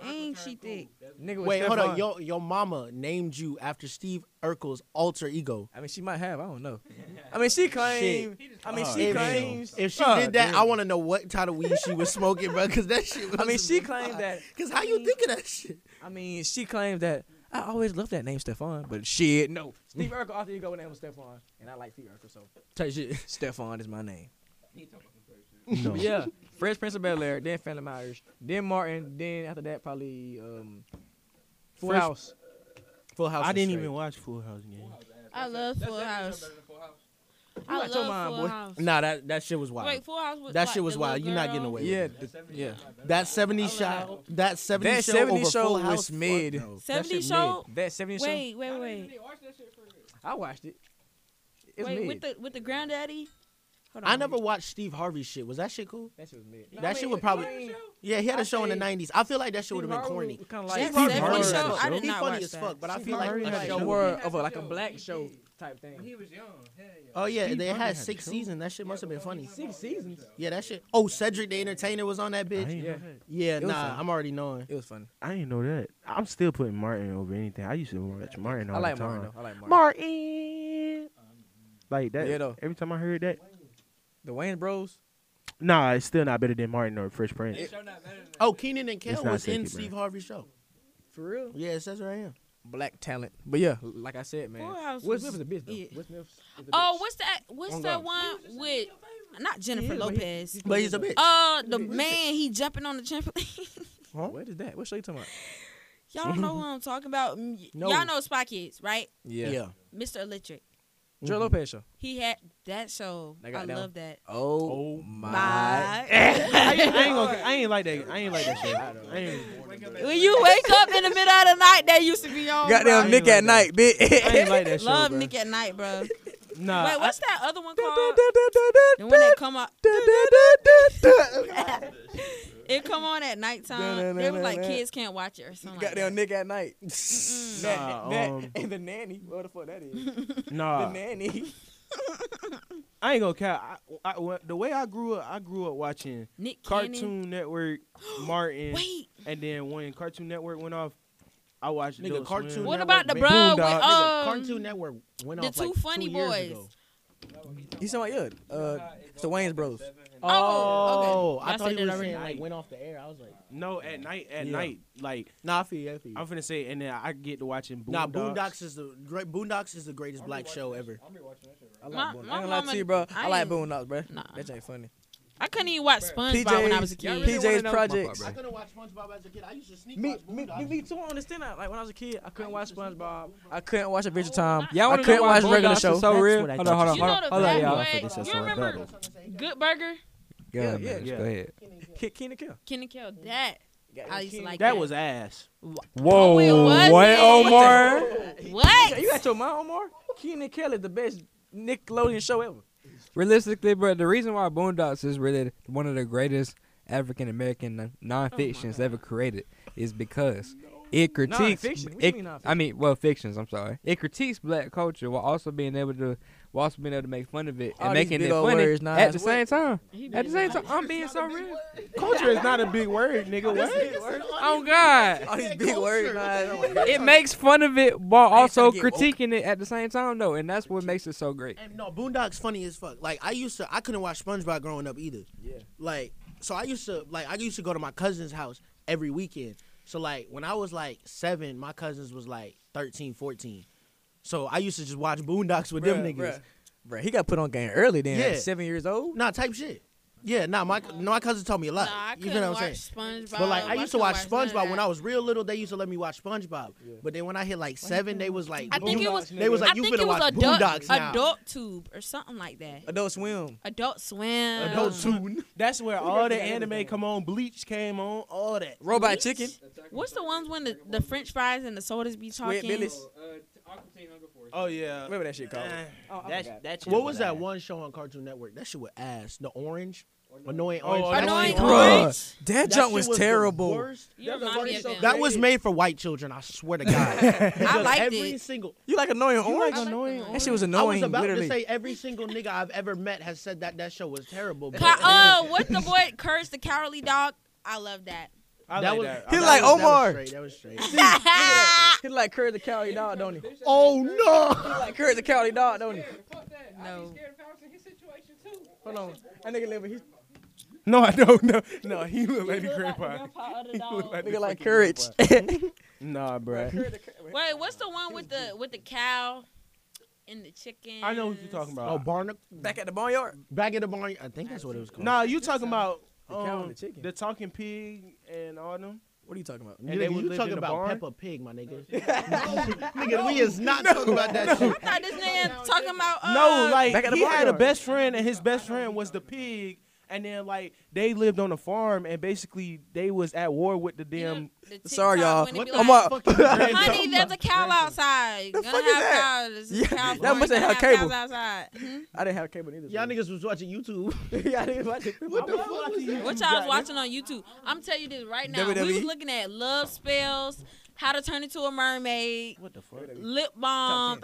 Speaker 5: Ain't she thick?
Speaker 1: Nigga was
Speaker 6: Wait, hold
Speaker 1: Stefan.
Speaker 6: on. Your your mama named you after Steve Urkel's alter ego.
Speaker 1: I mean, she might have. I don't know. I mean, she claims. I mean, she
Speaker 6: Uh, If
Speaker 1: claims.
Speaker 6: she, if she
Speaker 1: Oh,
Speaker 6: did that, I
Speaker 1: damn.
Speaker 6: want to know what kind of weed she was smoking, bro. Because that shit. Was
Speaker 1: I mean, she claimed
Speaker 6: <laughs>
Speaker 1: that.
Speaker 6: Because how you think of that shit?
Speaker 1: I mean, she claimed that. I always loved that name Stefan, but shit, no. Steve Urkel, alter ego name was Stefan, and I like Steve Urkel, so Stefan is my name.
Speaker 2: No.
Speaker 1: But yeah, Fresh Prince of Bel Air, then Family Myers, then Martin, then after that probably um, Full
Speaker 2: Fresh-
Speaker 1: House.
Speaker 6: Full House.
Speaker 2: I
Speaker 6: is
Speaker 2: didn't
Speaker 6: straight.
Speaker 2: even watch Full House again.
Speaker 5: I love Full House. I
Speaker 1: out
Speaker 5: love
Speaker 1: your mind,
Speaker 5: Full
Speaker 1: boy.
Speaker 5: House.
Speaker 6: Nah, that that shit was wild.
Speaker 5: Wait, Full House was
Speaker 6: that
Speaker 5: like,
Speaker 6: shit was
Speaker 5: the
Speaker 6: wild.
Speaker 5: little
Speaker 6: You're not getting
Speaker 5: girl?
Speaker 6: away.
Speaker 1: Yeah,
Speaker 6: with it.
Speaker 1: the- yeah.
Speaker 6: That 70
Speaker 5: I
Speaker 6: shot.
Speaker 5: love-
Speaker 6: That 70
Speaker 1: That
Speaker 6: show
Speaker 1: 70
Speaker 6: over
Speaker 1: show
Speaker 6: Full
Speaker 1: was
Speaker 6: House. Fuck
Speaker 1: mid.
Speaker 6: no.
Speaker 1: That shit
Speaker 5: 70 show.
Speaker 1: mid. That 70 show.
Speaker 5: Wait, wait, wait.
Speaker 1: I watched it. It's
Speaker 5: Wait,
Speaker 1: mid.
Speaker 5: with the with the granddaddy. Hold
Speaker 6: I never watched Steve Harvey shit. Was that shit cool?
Speaker 1: that shit was mid.
Speaker 6: that shit would probably. yeah, he had a
Speaker 1: I
Speaker 6: show in the
Speaker 1: say-
Speaker 6: 90s. I feel like that shit would have been corny.
Speaker 1: Kind of
Speaker 5: That
Speaker 1: like
Speaker 5: Steve
Speaker 2: Harvey Harvey show,
Speaker 5: I did
Speaker 6: He
Speaker 5: not watch
Speaker 6: funny as
Speaker 5: that.
Speaker 6: fuck, but I
Speaker 2: Steve
Speaker 6: feel like
Speaker 2: Harvey
Speaker 6: a
Speaker 2: had a
Speaker 6: show.
Speaker 2: show.
Speaker 1: more of a, like a black show type thing.
Speaker 6: Oh yeah,
Speaker 2: Steve
Speaker 6: they
Speaker 2: Harvey
Speaker 6: had
Speaker 2: had a
Speaker 6: six
Speaker 2: show.
Speaker 6: seasons. That shit must have been funny.
Speaker 1: Six seasons.
Speaker 6: Yeah, that shit. Oh, Cedric the Entertainer was on that
Speaker 2: I
Speaker 6: bitch.
Speaker 2: ain't,
Speaker 1: Yeah.
Speaker 2: know that.
Speaker 6: Yeah,
Speaker 1: was
Speaker 6: nah,
Speaker 1: funny.
Speaker 6: I'm already knowing.
Speaker 1: It was fun.
Speaker 2: I ain't know that. I'm still putting Martin over anything. I used to watch Martin all
Speaker 1: I like
Speaker 2: the time.
Speaker 1: Martin. Though. I like Martin.
Speaker 2: Martin. Like that.
Speaker 1: Yeah, though.
Speaker 2: Every time I heard that,
Speaker 1: The Wayne Bros.
Speaker 2: nah, it's still not better than Martin or Fresh Prince. <laughs>
Speaker 6: Oh, Keenan and Kel
Speaker 2: not
Speaker 6: was
Speaker 2: taking,
Speaker 6: in
Speaker 2: bro.
Speaker 6: Steve Harvey's show.
Speaker 1: For real. Oh,
Speaker 6: Yeah, it says right here.
Speaker 1: Black talent. But yeah, like I said, man.
Speaker 5: Full House
Speaker 1: Will
Speaker 5: was-
Speaker 1: Smith was a bitch though.
Speaker 5: yeah.
Speaker 1: Will Smith is a bitch.
Speaker 5: Oh, what's that? What's
Speaker 1: On
Speaker 5: that
Speaker 1: God.
Speaker 5: one with not Jennifer Lopez?
Speaker 6: But he's a bitch.
Speaker 5: Uh, the man he jumping on the trampoline. <laughs>
Speaker 1: Huh? What is that? What show you talking about?
Speaker 5: Y'all don't know who I'm talking about. Mm, y-
Speaker 6: No.
Speaker 5: Y'all know Spy Kids, right?
Speaker 1: Yeah.
Speaker 5: Mr. Electric.
Speaker 1: Joe Lopez show.
Speaker 5: He had that show.
Speaker 1: They
Speaker 5: I,
Speaker 1: got that
Speaker 5: love that.
Speaker 1: Oh, my.
Speaker 5: Bye.
Speaker 2: I, ain't, I ain't gonna. I ain't like that. I ain't like that shit. I ain't,
Speaker 5: when you wake up in the middle of the night, that used to be on.
Speaker 1: Goddamn
Speaker 5: bruh.
Speaker 1: Nick at night,
Speaker 2: I ain't
Speaker 1: bitch.
Speaker 2: like
Speaker 5: <laughs>
Speaker 2: that shit.
Speaker 5: Love
Speaker 2: bro.
Speaker 5: Nick at
Speaker 4: <laughs>
Speaker 5: night, bro.
Speaker 2: Nah.
Speaker 4: Uh,
Speaker 5: Wait, what's
Speaker 2: I-
Speaker 5: that other one called? The one that come out. <laughs> It come on at nighttime. They were like kids can't watch it or something. Like
Speaker 1: Goddamn <laughs>
Speaker 5: that.
Speaker 1: Nick at night.
Speaker 2: Nah,
Speaker 1: <laughs> that,
Speaker 2: um,
Speaker 1: and the nanny. What the fuck that is? the
Speaker 5: <laughs>
Speaker 2: nah.
Speaker 1: <laughs> nanny.
Speaker 2: I ain't gonna cap. I, I, when- the way I grew up, I grew up watching
Speaker 5: Nick Cannon.
Speaker 2: Cartoon
Speaker 5: <gasps>
Speaker 2: Network, Martin,
Speaker 5: Wait,
Speaker 2: and then when Cartoon Network went off, I watched
Speaker 6: Nigga,
Speaker 2: Adult
Speaker 6: Cartoon
Speaker 2: Swim.
Speaker 5: what
Speaker 6: Network
Speaker 5: about the
Speaker 6: made
Speaker 5: bruh with
Speaker 2: Boondog-
Speaker 6: Nigga,
Speaker 5: um,
Speaker 6: Cartoon Network went
Speaker 5: the
Speaker 6: off
Speaker 5: two
Speaker 6: like
Speaker 5: funny
Speaker 6: two years
Speaker 5: boys.
Speaker 6: ago.
Speaker 1: You sound like yeah. Uh, it's the Wayne's Bros.
Speaker 5: Oh,
Speaker 6: Oh,
Speaker 5: okay.
Speaker 6: I thought
Speaker 5: Y'all said
Speaker 6: you
Speaker 5: that
Speaker 6: were
Speaker 5: already.
Speaker 6: saying like went off the air. I was like,
Speaker 2: No, at night, at
Speaker 6: Yeah.
Speaker 2: night, like
Speaker 6: Nah, I feel you. I feel you.
Speaker 2: I'm finna say, and then I get to watching Boondocks.
Speaker 6: Nah, Boondocks is the great. Boondocks is the greatest black show ever.
Speaker 1: I like
Speaker 5: My-
Speaker 1: Boondocks.
Speaker 5: my
Speaker 1: I ain't gonna lie
Speaker 5: mama-
Speaker 1: to you, bro. I,
Speaker 5: I
Speaker 1: like
Speaker 5: ain't-
Speaker 1: Boondocks, bro.
Speaker 5: Nah.
Speaker 1: That ain't funny.
Speaker 5: I couldn't even watch SpongeBob when I was a
Speaker 4: uh,
Speaker 1: PJ's
Speaker 5: kid.
Speaker 1: PJ's Projects.
Speaker 6: I couldn't watch SpongeBob as a kid. I used to sneak
Speaker 1: Me,
Speaker 6: watch
Speaker 1: me,
Speaker 6: Boondocks.
Speaker 1: me, me too. I understand that. Like when I was a kid, I couldn't watch SpongeBob. I couldn't watch Adventure Time.
Speaker 5: Y'all
Speaker 1: I
Speaker 5: wanna
Speaker 1: couldn't
Speaker 5: know
Speaker 1: watch
Speaker 5: why
Speaker 1: regular
Speaker 5: Boondocks
Speaker 1: show.
Speaker 4: is so real?
Speaker 1: That's
Speaker 4: Hold
Speaker 1: what I
Speaker 4: on, hold
Speaker 1: thought
Speaker 4: on,
Speaker 1: you
Speaker 5: You know
Speaker 1: were.
Speaker 5: the
Speaker 4: Hold on,
Speaker 5: black
Speaker 4: y'all.
Speaker 5: boy-
Speaker 4: This is
Speaker 5: You
Speaker 4: so
Speaker 5: remember
Speaker 4: adorable.
Speaker 5: Good Burger?
Speaker 1: Yeah,
Speaker 8: God,
Speaker 1: yeah.
Speaker 8: man, Go ahead.
Speaker 1: Ki- Keen and Kill.
Speaker 5: Ken and Kel. That I used to like.
Speaker 2: That was ass.
Speaker 5: No, it
Speaker 8: Whoa,
Speaker 5: wasn't.
Speaker 8: what,
Speaker 1: oh,
Speaker 8: Omar?
Speaker 5: What?
Speaker 1: You got your mind, Omar? Keen and Kill is the best Nickelodeon show ever.
Speaker 8: Realistically, bro, the reason why Boondocks is really
Speaker 1: Oh
Speaker 8: one of the greatest African American non- nonfictions ever created is because it critiques.
Speaker 1: Nonfiction. What do you
Speaker 8: It,
Speaker 1: mean
Speaker 8: I
Speaker 1: nonfiction?
Speaker 8: mean, well, fictions. I'm sorry. It critiques black culture while also being able to, while also being able to make fun of it
Speaker 1: All
Speaker 8: and
Speaker 1: these
Speaker 8: making
Speaker 1: big
Speaker 8: it
Speaker 1: old
Speaker 8: funny
Speaker 1: words, nah,
Speaker 8: at the
Speaker 1: it's
Speaker 8: same time.
Speaker 5: He
Speaker 8: At the
Speaker 5: did
Speaker 8: same
Speaker 5: not.
Speaker 8: time, I'm being so real.
Speaker 2: Culture is not a big word, nigga. What?
Speaker 8: Oh God,
Speaker 1: All these big words. nah.
Speaker 8: it makes fun of it while also
Speaker 1: tryna get woke.
Speaker 8: critiquing it at the same time though, and that's what makes it so great.
Speaker 6: And no, Boondocks funny as fuck. Like I used to, I couldn't watch SpongeBob growing up either. Yeah. Like so, I used to like I used to go to my cousin's house every weekend. So like when I was like seven, my cousins was like 13, 14. So I used to just watch Boondocks with them
Speaker 1: Bruh,
Speaker 6: niggas.
Speaker 1: bruh. Bruh, he got put on game early then.
Speaker 6: Yeah.
Speaker 1: at seven years old.
Speaker 6: Nah, type shit. Yeah, nah, my no, my cousin taught me a lot.
Speaker 5: Nah, I
Speaker 6: you
Speaker 5: couldn't
Speaker 6: know what I'm
Speaker 5: watch
Speaker 6: saying?
Speaker 5: SpongeBob.
Speaker 6: But like I used to
Speaker 5: couldn't
Speaker 6: watch
Speaker 5: none of
Speaker 6: SpongeBob when
Speaker 5: that.
Speaker 6: I was real little. They used to let me watch SpongeBob. But then when I hit like seven, they was like,
Speaker 5: I think it was.
Speaker 6: they was like,
Speaker 5: I
Speaker 6: you
Speaker 5: think
Speaker 6: finna
Speaker 5: it was
Speaker 6: watch
Speaker 5: adult,
Speaker 6: Boondocks now.
Speaker 5: adult Tube or something like that.
Speaker 1: Adult Swim.
Speaker 5: Adult Swim.
Speaker 6: Adult soon.
Speaker 2: That's where all the anime come on. Bleach came on. All that.
Speaker 1: Robot
Speaker 5: Bleach?
Speaker 1: Chicken.
Speaker 5: What's the ones when the, the French fries and the sodas be
Speaker 1: Squid
Speaker 5: talking?
Speaker 1: Billies.
Speaker 2: Oh yeah.
Speaker 1: Remember that shit called?
Speaker 9: That's, that shit
Speaker 6: What was that
Speaker 9: ass.
Speaker 6: one show on Cartoon Network? That shit was ass. The Orange, annoying
Speaker 2: Oh,
Speaker 6: Orange.
Speaker 2: oh,
Speaker 6: That
Speaker 5: Annoying
Speaker 6: shit was-
Speaker 1: Orange.
Speaker 5: Orange.
Speaker 1: That
Speaker 6: That
Speaker 1: junk
Speaker 6: shit
Speaker 1: was
Speaker 6: the
Speaker 1: terrible.
Speaker 6: worst.
Speaker 5: You remind me of them.
Speaker 6: That was made for white children. I swear to God.
Speaker 5: <laughs> I
Speaker 6: Because
Speaker 5: liked
Speaker 6: every
Speaker 5: it.
Speaker 6: single.
Speaker 1: You like annoying orange?
Speaker 5: I liked
Speaker 2: annoying
Speaker 5: them.
Speaker 1: That shit was
Speaker 6: I was
Speaker 1: annoying.
Speaker 6: about
Speaker 1: literally.
Speaker 6: to say every single nigga I've ever met has said that that show was terrible. But
Speaker 5: Ca- uh, what the boy Curse the Cowardly Dog? I love that.
Speaker 2: I
Speaker 6: that
Speaker 5: oh.
Speaker 2: like
Speaker 6: was
Speaker 2: that.
Speaker 1: He
Speaker 6: that
Speaker 1: like "Oh
Speaker 6: was-
Speaker 1: Omar.
Speaker 6: That was straight. That was straight.
Speaker 1: he like Curry the Cowardly Dog, don't he? He
Speaker 6: oh no.
Speaker 1: like Curry the Cowardly Dog, don't he?
Speaker 5: No.
Speaker 1: Hold on. That nigga live with his
Speaker 2: No, I don't know. <laughs> No, <laughs> he look like the grandpa.
Speaker 1: nigga like courage.
Speaker 2: <laughs> Nah, bro.
Speaker 5: Wait, what's the one with the with the cow and the chicken?
Speaker 2: I know what you're talking
Speaker 6: Oh,
Speaker 2: about.
Speaker 6: Barnacle.
Speaker 1: Back at the barnyard.
Speaker 6: Back at the barn. I think that's what it was called.
Speaker 2: Nah, you talking about
Speaker 1: The cow and
Speaker 2: um,
Speaker 1: the chicken.
Speaker 2: the talking pig and all them.
Speaker 1: What are you talking about?
Speaker 2: and they
Speaker 6: Nigga,
Speaker 2: would
Speaker 6: you
Speaker 2: live
Speaker 6: talking
Speaker 2: in a
Speaker 6: about
Speaker 2: barn?
Speaker 6: Peppa Pig,
Speaker 2: <laughs>
Speaker 6: my nigga. nigga, we is not talking about that shit.
Speaker 5: I thought this nigga talking about. Uh,
Speaker 2: No, like
Speaker 1: Back at the
Speaker 2: he had a
Speaker 1: barnyard.
Speaker 2: best friend, and his best friend was the pig. And then like they lived on a farm, and basically they was at war with the
Speaker 5: you know,
Speaker 2: damn.
Speaker 5: the TikTok
Speaker 1: Sorry, y'all.
Speaker 5: when it be
Speaker 1: I'm
Speaker 5: like,
Speaker 1: up. <laughs>
Speaker 5: Honey, there's a cow outside.
Speaker 1: The
Speaker 5: Gonna
Speaker 1: fuck is
Speaker 5: have
Speaker 1: that?
Speaker 5: cows. There's a
Speaker 1: Yeah,
Speaker 5: cow
Speaker 1: that
Speaker 5: farm.
Speaker 1: must have
Speaker 5: Gonna
Speaker 1: had
Speaker 5: cows
Speaker 1: cable.
Speaker 5: outside. Hmm?
Speaker 1: I didn't have cable neither.
Speaker 6: Y'all niggas was watching YouTube.
Speaker 1: Y'all niggas watching.
Speaker 6: What the fuck was that?
Speaker 5: What y'all was watching on YouTube? I'm telling you this right now. We
Speaker 1: WWE?
Speaker 5: was looking at love spells, how to turn into a mermaid,
Speaker 2: What the fuck?
Speaker 5: lip balm.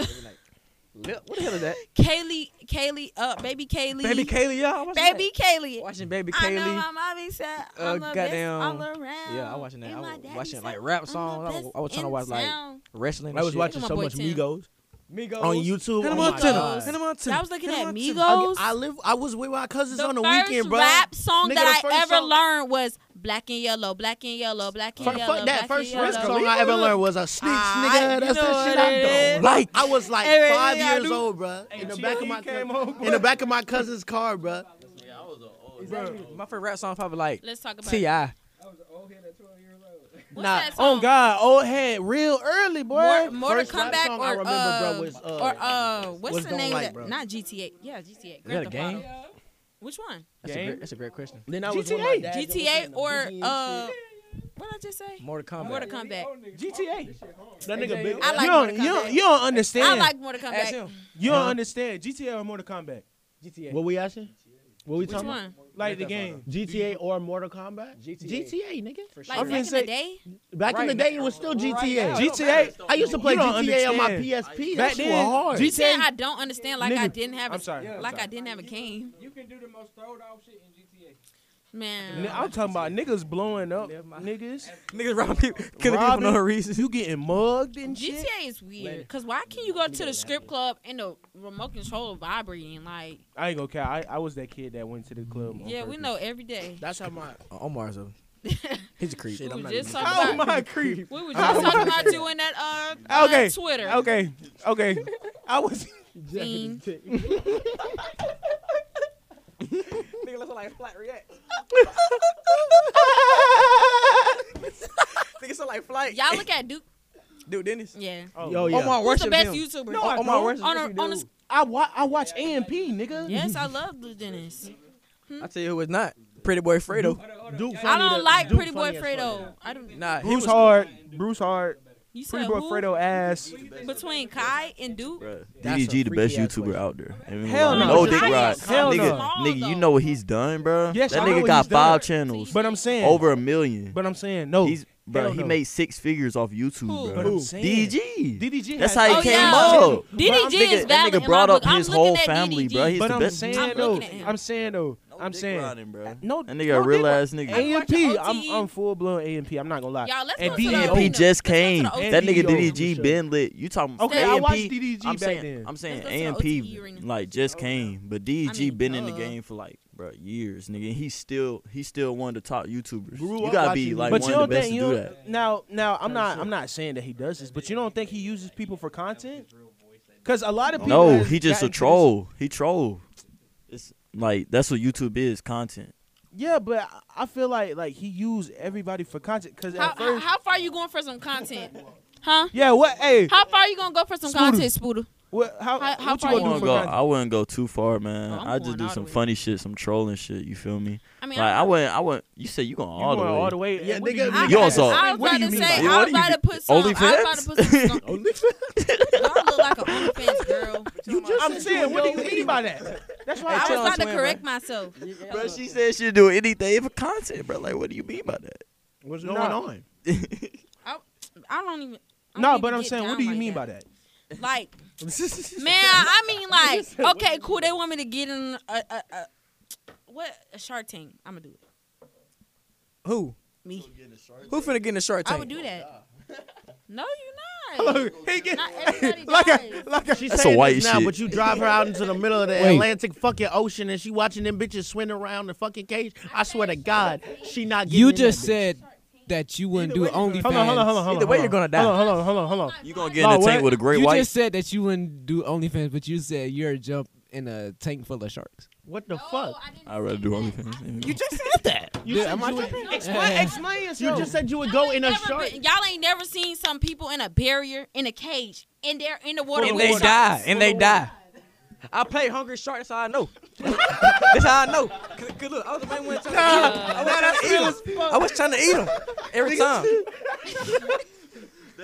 Speaker 1: What the hell is that?
Speaker 5: <laughs> Kaylee, Kaylee, uh, baby Kaylee,
Speaker 1: Baby Kaylee, y'all. watching that?
Speaker 5: baby Kaylee.
Speaker 1: Watching Baby
Speaker 5: I know
Speaker 1: Kaylee.
Speaker 5: my mommy said I'm
Speaker 1: Uh,
Speaker 5: the best
Speaker 1: goddamn-
Speaker 5: all around.
Speaker 1: Yeah, I watching that.
Speaker 5: And
Speaker 1: I
Speaker 5: my
Speaker 1: was
Speaker 5: daddy
Speaker 1: watching
Speaker 5: said
Speaker 1: like rap
Speaker 5: I'm the
Speaker 1: songs. I was,
Speaker 5: best
Speaker 1: I was trying to
Speaker 5: in
Speaker 1: watch like
Speaker 5: town.
Speaker 1: wrestling.
Speaker 6: I was watching
Speaker 5: Look at
Speaker 6: so
Speaker 5: my boy
Speaker 6: much
Speaker 5: Tim.
Speaker 6: Migos
Speaker 1: Migos
Speaker 6: on YouTube.
Speaker 1: Hannah
Speaker 6: Oh my
Speaker 1: Montana.
Speaker 6: God.
Speaker 1: Hannah Montana.
Speaker 5: I was looking at
Speaker 1: Hannah Montana.
Speaker 5: Migos.
Speaker 6: I live. I was with my cousins
Speaker 5: the
Speaker 6: on the
Speaker 5: first
Speaker 6: weekend, bro.
Speaker 5: rap song
Speaker 6: Nigga,
Speaker 5: that
Speaker 6: the
Speaker 5: I
Speaker 6: first
Speaker 5: ever
Speaker 6: song-
Speaker 5: learned was Black and Yellow, Black and Yellow, Black and
Speaker 6: Fuck,
Speaker 5: Yellow.
Speaker 6: fuck
Speaker 5: black
Speaker 6: that first
Speaker 5: and
Speaker 6: rap
Speaker 5: yellow.
Speaker 6: song I ever learned was a snitch,
Speaker 5: Ah,
Speaker 6: nigga.
Speaker 5: you
Speaker 6: That's
Speaker 5: know
Speaker 6: that shit
Speaker 5: what it
Speaker 6: I
Speaker 5: is.
Speaker 6: don't like. I was like
Speaker 5: Hey,
Speaker 6: five
Speaker 5: yeah, I
Speaker 6: years
Speaker 5: do.
Speaker 6: old, bro. In the
Speaker 2: G.O.D.
Speaker 6: back of my
Speaker 2: came
Speaker 6: cou-
Speaker 2: home,
Speaker 6: in the back of my cousin's car, bro.
Speaker 1: Exactly. My favorite rap song probably like
Speaker 5: Let's talk about.
Speaker 1: Ti.
Speaker 5: it. What's
Speaker 6: Nah.
Speaker 5: that
Speaker 2: Oh
Speaker 1: um,
Speaker 5: song?
Speaker 2: God, old head, real early boy.
Speaker 5: More, more to
Speaker 6: First
Speaker 5: come
Speaker 6: rap
Speaker 5: back
Speaker 6: song
Speaker 5: or
Speaker 6: I remember,
Speaker 5: uh,
Speaker 6: bruh, was, uh,
Speaker 5: or uh, what's
Speaker 6: was
Speaker 5: the
Speaker 6: Don't
Speaker 5: name?
Speaker 6: Like,
Speaker 5: of that?
Speaker 6: bruh.
Speaker 5: Not GTA. Yeah, GTA.
Speaker 1: that
Speaker 5: Grand
Speaker 1: a
Speaker 5: Theft
Speaker 1: game?
Speaker 5: Auto. Which one?
Speaker 1: That's a,
Speaker 2: Game?
Speaker 1: great, that's a great question.
Speaker 6: Then I was with my
Speaker 2: GTA.
Speaker 6: dad.
Speaker 5: GTA or uh, what did I just say?
Speaker 1: Mortal Kombat.
Speaker 5: Mortal Kombat.
Speaker 2: GTA.
Speaker 6: That nigga big.
Speaker 5: I like
Speaker 2: you don't,
Speaker 5: Mortal
Speaker 2: you don't,
Speaker 5: Kombat.
Speaker 2: you don't
Speaker 5: I
Speaker 2: understand.
Speaker 5: like Mortal Kombat.
Speaker 1: Ask him.
Speaker 2: you don't understand. GTA or Mortal Kombat,
Speaker 1: GTA.
Speaker 6: What we asking? What we
Speaker 5: uh, Which
Speaker 6: talking about?
Speaker 5: one?
Speaker 2: like the
Speaker 1: Grand Theft
Speaker 2: game.
Speaker 6: GTA or Mortal Kombat?
Speaker 1: GTA.
Speaker 6: GTA, nigga.
Speaker 5: Like
Speaker 2: I'm
Speaker 5: back in
Speaker 2: finna say-
Speaker 5: the day.
Speaker 6: Back in
Speaker 1: Right
Speaker 6: the day, it was still GTA. G-
Speaker 2: GTA.
Speaker 6: I used to play
Speaker 2: You
Speaker 6: GTA
Speaker 2: don't
Speaker 6: on my
Speaker 2: understand.
Speaker 6: PSP.
Speaker 2: Back
Speaker 6: That shit
Speaker 2: then,
Speaker 6: was hard.
Speaker 2: G-
Speaker 5: You saying I don't understand like I
Speaker 2: Nigga,
Speaker 5: didn't have a,
Speaker 2: I'm sorry, I'm
Speaker 5: like I
Speaker 2: sorry.
Speaker 5: didn't have a cane.
Speaker 9: You can do the most throwed off shit in GTA.
Speaker 5: Man.
Speaker 2: N- I'm talking about niggas blowing up, niggas
Speaker 1: Niggas robbing people, killing
Speaker 2: Robbing?
Speaker 1: people for no reason.
Speaker 2: You getting mugged and shit.
Speaker 5: GTA is weird because why can't you go to the strip club and the remote control vibrating? Like,
Speaker 2: I ain't gonna care. I, I was that kid that went to the club. on
Speaker 5: yeah, we
Speaker 2: purpose.
Speaker 5: know every day.
Speaker 6: That's how my
Speaker 1: Omar's <laughs> a he's a creep.
Speaker 5: We
Speaker 6: shit. I'm
Speaker 5: were
Speaker 6: not
Speaker 5: just
Speaker 6: even.
Speaker 5: talking
Speaker 2: Oh
Speaker 5: about,
Speaker 2: my creep.
Speaker 5: we were just talking about you in that uh,
Speaker 2: Okay,
Speaker 5: uh Twitter.
Speaker 2: Okay,
Speaker 5: <laughs>
Speaker 2: okay. I was. <laughs>
Speaker 5: Fiend.
Speaker 1: Nigga looks like Flat React. <laughs> Nigga sound like Flight.
Speaker 5: Y'all look at Duke.
Speaker 1: Dude, Dennis.
Speaker 5: Yeah.
Speaker 2: Oh,
Speaker 6: Yo, yeah.
Speaker 1: Omar
Speaker 5: Who's
Speaker 1: worship
Speaker 5: the best
Speaker 1: him.
Speaker 5: YouTuber?
Speaker 2: No, I
Speaker 1: Omar
Speaker 2: don't.
Speaker 1: worship
Speaker 5: on
Speaker 1: yes,
Speaker 5: a-
Speaker 1: you do.
Speaker 5: on a-
Speaker 2: I wa- I watch AMP, nigga.
Speaker 5: <laughs> yes, I love Duke Dennis.
Speaker 1: I tell you who was not. Pretty Boy Fredo.
Speaker 6: Duke
Speaker 5: I
Speaker 6: funny
Speaker 5: don't
Speaker 6: to-
Speaker 5: like
Speaker 6: Duke
Speaker 5: Pretty Boy
Speaker 6: funny as fuck.
Speaker 5: Fredo. I don't.
Speaker 1: Nah, he
Speaker 2: Bruce
Speaker 1: was
Speaker 2: Hart. Bruce Hart.
Speaker 5: You
Speaker 2: Free
Speaker 5: said
Speaker 2: boy
Speaker 5: who?
Speaker 2: Fredo ass.
Speaker 5: Between Kai and Duke?
Speaker 7: Bruh,
Speaker 1: That's
Speaker 7: DDG
Speaker 1: a
Speaker 7: the best
Speaker 1: freaky ass
Speaker 7: YouTuber
Speaker 1: question.
Speaker 7: out there. And
Speaker 2: Hell
Speaker 7: we
Speaker 2: no.
Speaker 7: know Dick
Speaker 5: Hell
Speaker 7: Rod.
Speaker 2: no.
Speaker 7: nigga,
Speaker 5: Small
Speaker 7: nigga, you
Speaker 5: though.
Speaker 7: know what he's done, bro.
Speaker 2: Yes,
Speaker 7: that
Speaker 2: I know
Speaker 7: nigga
Speaker 2: what
Speaker 7: got
Speaker 2: he's done.
Speaker 7: five channels, Oh.
Speaker 2: But I'm saying
Speaker 7: over a million.
Speaker 2: But I'm saying no.
Speaker 7: he's bro,
Speaker 2: hell
Speaker 7: he
Speaker 2: no.
Speaker 7: made six figures off YouTube,
Speaker 5: Who?
Speaker 2: But
Speaker 7: bro.
Speaker 2: I'm
Speaker 7: Who?
Speaker 2: saying-
Speaker 7: DDG.
Speaker 2: DDG. has
Speaker 7: That's how he
Speaker 2: eight
Speaker 5: came
Speaker 2: channels.
Speaker 7: up.
Speaker 2: But I'm
Speaker 5: DDG
Speaker 2: thinking-
Speaker 5: is
Speaker 7: Nigga- that
Speaker 5: valid.
Speaker 7: nigga
Speaker 5: in
Speaker 7: brought
Speaker 5: my
Speaker 7: up
Speaker 5: book. I'm
Speaker 7: his
Speaker 5: looking
Speaker 7: whole
Speaker 5: at
Speaker 7: family,
Speaker 5: DDG.
Speaker 7: bro. He's
Speaker 2: But
Speaker 7: the
Speaker 2: I'm
Speaker 7: best.
Speaker 2: saying
Speaker 5: I'm
Speaker 2: though.
Speaker 5: looking at him.
Speaker 2: I'm saying though. I'm saying
Speaker 7: bro.
Speaker 2: no.
Speaker 7: That nigga
Speaker 2: no,
Speaker 7: a real
Speaker 2: Dick-
Speaker 7: ass nigga.
Speaker 5: I'm watching
Speaker 2: AMP. I'm
Speaker 5: OT.
Speaker 2: I'm full blown AMP. I'm not gonna lie.
Speaker 5: Y'all, let's
Speaker 2: And E
Speaker 5: go to the
Speaker 2: DDP
Speaker 5: arena.
Speaker 7: just
Speaker 5: Let's go to
Speaker 7: came.
Speaker 5: the
Speaker 2: And
Speaker 7: That
Speaker 5: OT.
Speaker 7: nigga
Speaker 2: DDO
Speaker 7: DDG
Speaker 2: for sure.
Speaker 7: been lit. You talking
Speaker 2: Okay,
Speaker 7: AMP,
Speaker 2: I watched DDG
Speaker 7: I'm
Speaker 2: back
Speaker 7: saying,
Speaker 2: then.
Speaker 7: I'm
Speaker 5: Let's
Speaker 7: saying
Speaker 5: go to the OTE
Speaker 7: AMP
Speaker 5: arena.
Speaker 7: like just came, but DDG
Speaker 5: mean,
Speaker 7: been in the
Speaker 5: duh.
Speaker 7: game for like bro years, nigga. And he's still he's still one of the top YouTubers.
Speaker 6: Grew
Speaker 7: you
Speaker 6: up
Speaker 7: gotta be
Speaker 6: watching
Speaker 7: like
Speaker 2: but
Speaker 7: one
Speaker 2: you
Speaker 7: of the
Speaker 2: don't
Speaker 7: best
Speaker 2: think you
Speaker 7: to do
Speaker 2: don't-
Speaker 7: that.
Speaker 2: now now I'm not I'm not saying that he does this, but you don't think he uses people for content? Because a lot of people
Speaker 7: No,
Speaker 2: has
Speaker 7: he just
Speaker 2: gotten
Speaker 7: a
Speaker 2: to this-
Speaker 7: troll. He troll. It's like that's what YouTube is content.
Speaker 2: Yeah, but I- I feel like like he used everybody for content. Because
Speaker 5: How,
Speaker 2: at
Speaker 5: how,
Speaker 2: first,
Speaker 5: how far you going for some content? Huh?
Speaker 2: yeah, what? Hey,
Speaker 5: How far you going to go for some
Speaker 2: Spooder.
Speaker 5: content, Spooder?
Speaker 2: what? How,
Speaker 5: how- how
Speaker 2: what you
Speaker 5: far
Speaker 7: I
Speaker 5: you
Speaker 2: gonna do
Speaker 7: wouldn't
Speaker 2: for
Speaker 7: go.
Speaker 2: content?
Speaker 7: I wouldn't go too far, man.
Speaker 5: Oh, I'm
Speaker 7: I just
Speaker 5: going
Speaker 7: do
Speaker 5: all
Speaker 7: some
Speaker 5: the way.
Speaker 7: funny shit, some trolling shit. You feel me?
Speaker 5: I mean,
Speaker 7: Like I wouldn't. I wouldn't. You said you going
Speaker 2: You
Speaker 7: all the
Speaker 2: going
Speaker 7: way.
Speaker 2: all the way?
Speaker 6: Yeah,
Speaker 2: and what do
Speaker 6: nigga,
Speaker 2: you
Speaker 5: I,
Speaker 2: mean
Speaker 7: You
Speaker 2: by
Speaker 7: also-
Speaker 2: that?
Speaker 5: I was
Speaker 2: What
Speaker 5: about
Speaker 2: do
Speaker 5: to
Speaker 2: you mean
Speaker 5: say,
Speaker 2: by that?
Speaker 5: I
Speaker 7: What
Speaker 5: was
Speaker 7: do you
Speaker 5: about to
Speaker 7: mean?
Speaker 5: put some. I was about to
Speaker 7: OnlyFans?
Speaker 5: put some.
Speaker 7: <laughs>
Speaker 5: Y'all look like an OnlyFans girl.
Speaker 6: You just
Speaker 2: I'm
Speaker 6: said
Speaker 2: saying,
Speaker 6: you
Speaker 2: what do
Speaker 6: was
Speaker 2: you mean by that? That's why
Speaker 5: I was
Speaker 2: I
Speaker 5: about to correct myself.
Speaker 7: Bro, she said she'd do anything for content, bro. Like, what do you mean by <laughs>
Speaker 6: What's going
Speaker 2: Nah.
Speaker 6: on?
Speaker 7: that?
Speaker 5: I don't even. I don't
Speaker 2: No,
Speaker 5: even
Speaker 2: but I'm
Speaker 5: get
Speaker 2: saying,
Speaker 5: down
Speaker 2: what do you
Speaker 5: like
Speaker 2: mean
Speaker 5: that?
Speaker 2: by that? <laughs>
Speaker 5: Like, man, I mean, like, okay, cool. They want me to get in a, a, a what a Shark Tank. I'm gonna do it.
Speaker 1: Who?
Speaker 5: Me,
Speaker 1: Who finna get in the shark tank?
Speaker 5: I would do that. <laughs> No, you're not. Not everybody
Speaker 6: like
Speaker 5: dies.
Speaker 6: a, like a, she's
Speaker 7: That's a
Speaker 6: saying
Speaker 7: white
Speaker 6: this now,
Speaker 7: shit.
Speaker 6: but you drive her out into the middle of the
Speaker 1: Wait.
Speaker 6: Atlantic fucking ocean and she watching them bitches swim around the fucking cage. I swear to God, she not getting
Speaker 3: You
Speaker 6: in that
Speaker 3: just
Speaker 6: bitch.
Speaker 3: said that you wouldn't do OnlyFans.
Speaker 2: Hold on, hold on, hold on, hold on.
Speaker 1: Either way,
Speaker 2: hold
Speaker 1: you're
Speaker 2: on.
Speaker 1: gonna die.
Speaker 2: Hold on, hold on, hold on, hold on.
Speaker 7: you gonna get in
Speaker 2: No,
Speaker 7: the tank
Speaker 2: what?
Speaker 7: with a great
Speaker 3: you
Speaker 7: white?
Speaker 3: just said that you wouldn't do OnlyFans, but you said you're a jump in a tank full of sharks.
Speaker 6: What the fuck?
Speaker 7: I'd rather do OnlyFans. You just
Speaker 6: You
Speaker 3: Dude,
Speaker 6: said
Speaker 3: am I
Speaker 6: you would-
Speaker 3: tripping?
Speaker 6: explain, explain yourself. You just said you would go in a
Speaker 5: Never
Speaker 6: shark.
Speaker 5: been- y'all ain't never seen some people in a barrier in a cage and they're in the water.
Speaker 1: and
Speaker 5: with
Speaker 1: they
Speaker 5: sharks.
Speaker 1: die.
Speaker 5: <laughs>
Speaker 1: And they die. I play Hungry Shark. That's how I know. <laughs> that's how I know. Cause, 'cause look, I was the main one trying to eat 'em. I was trying to eat 'em. I was trying to eat 'em every time.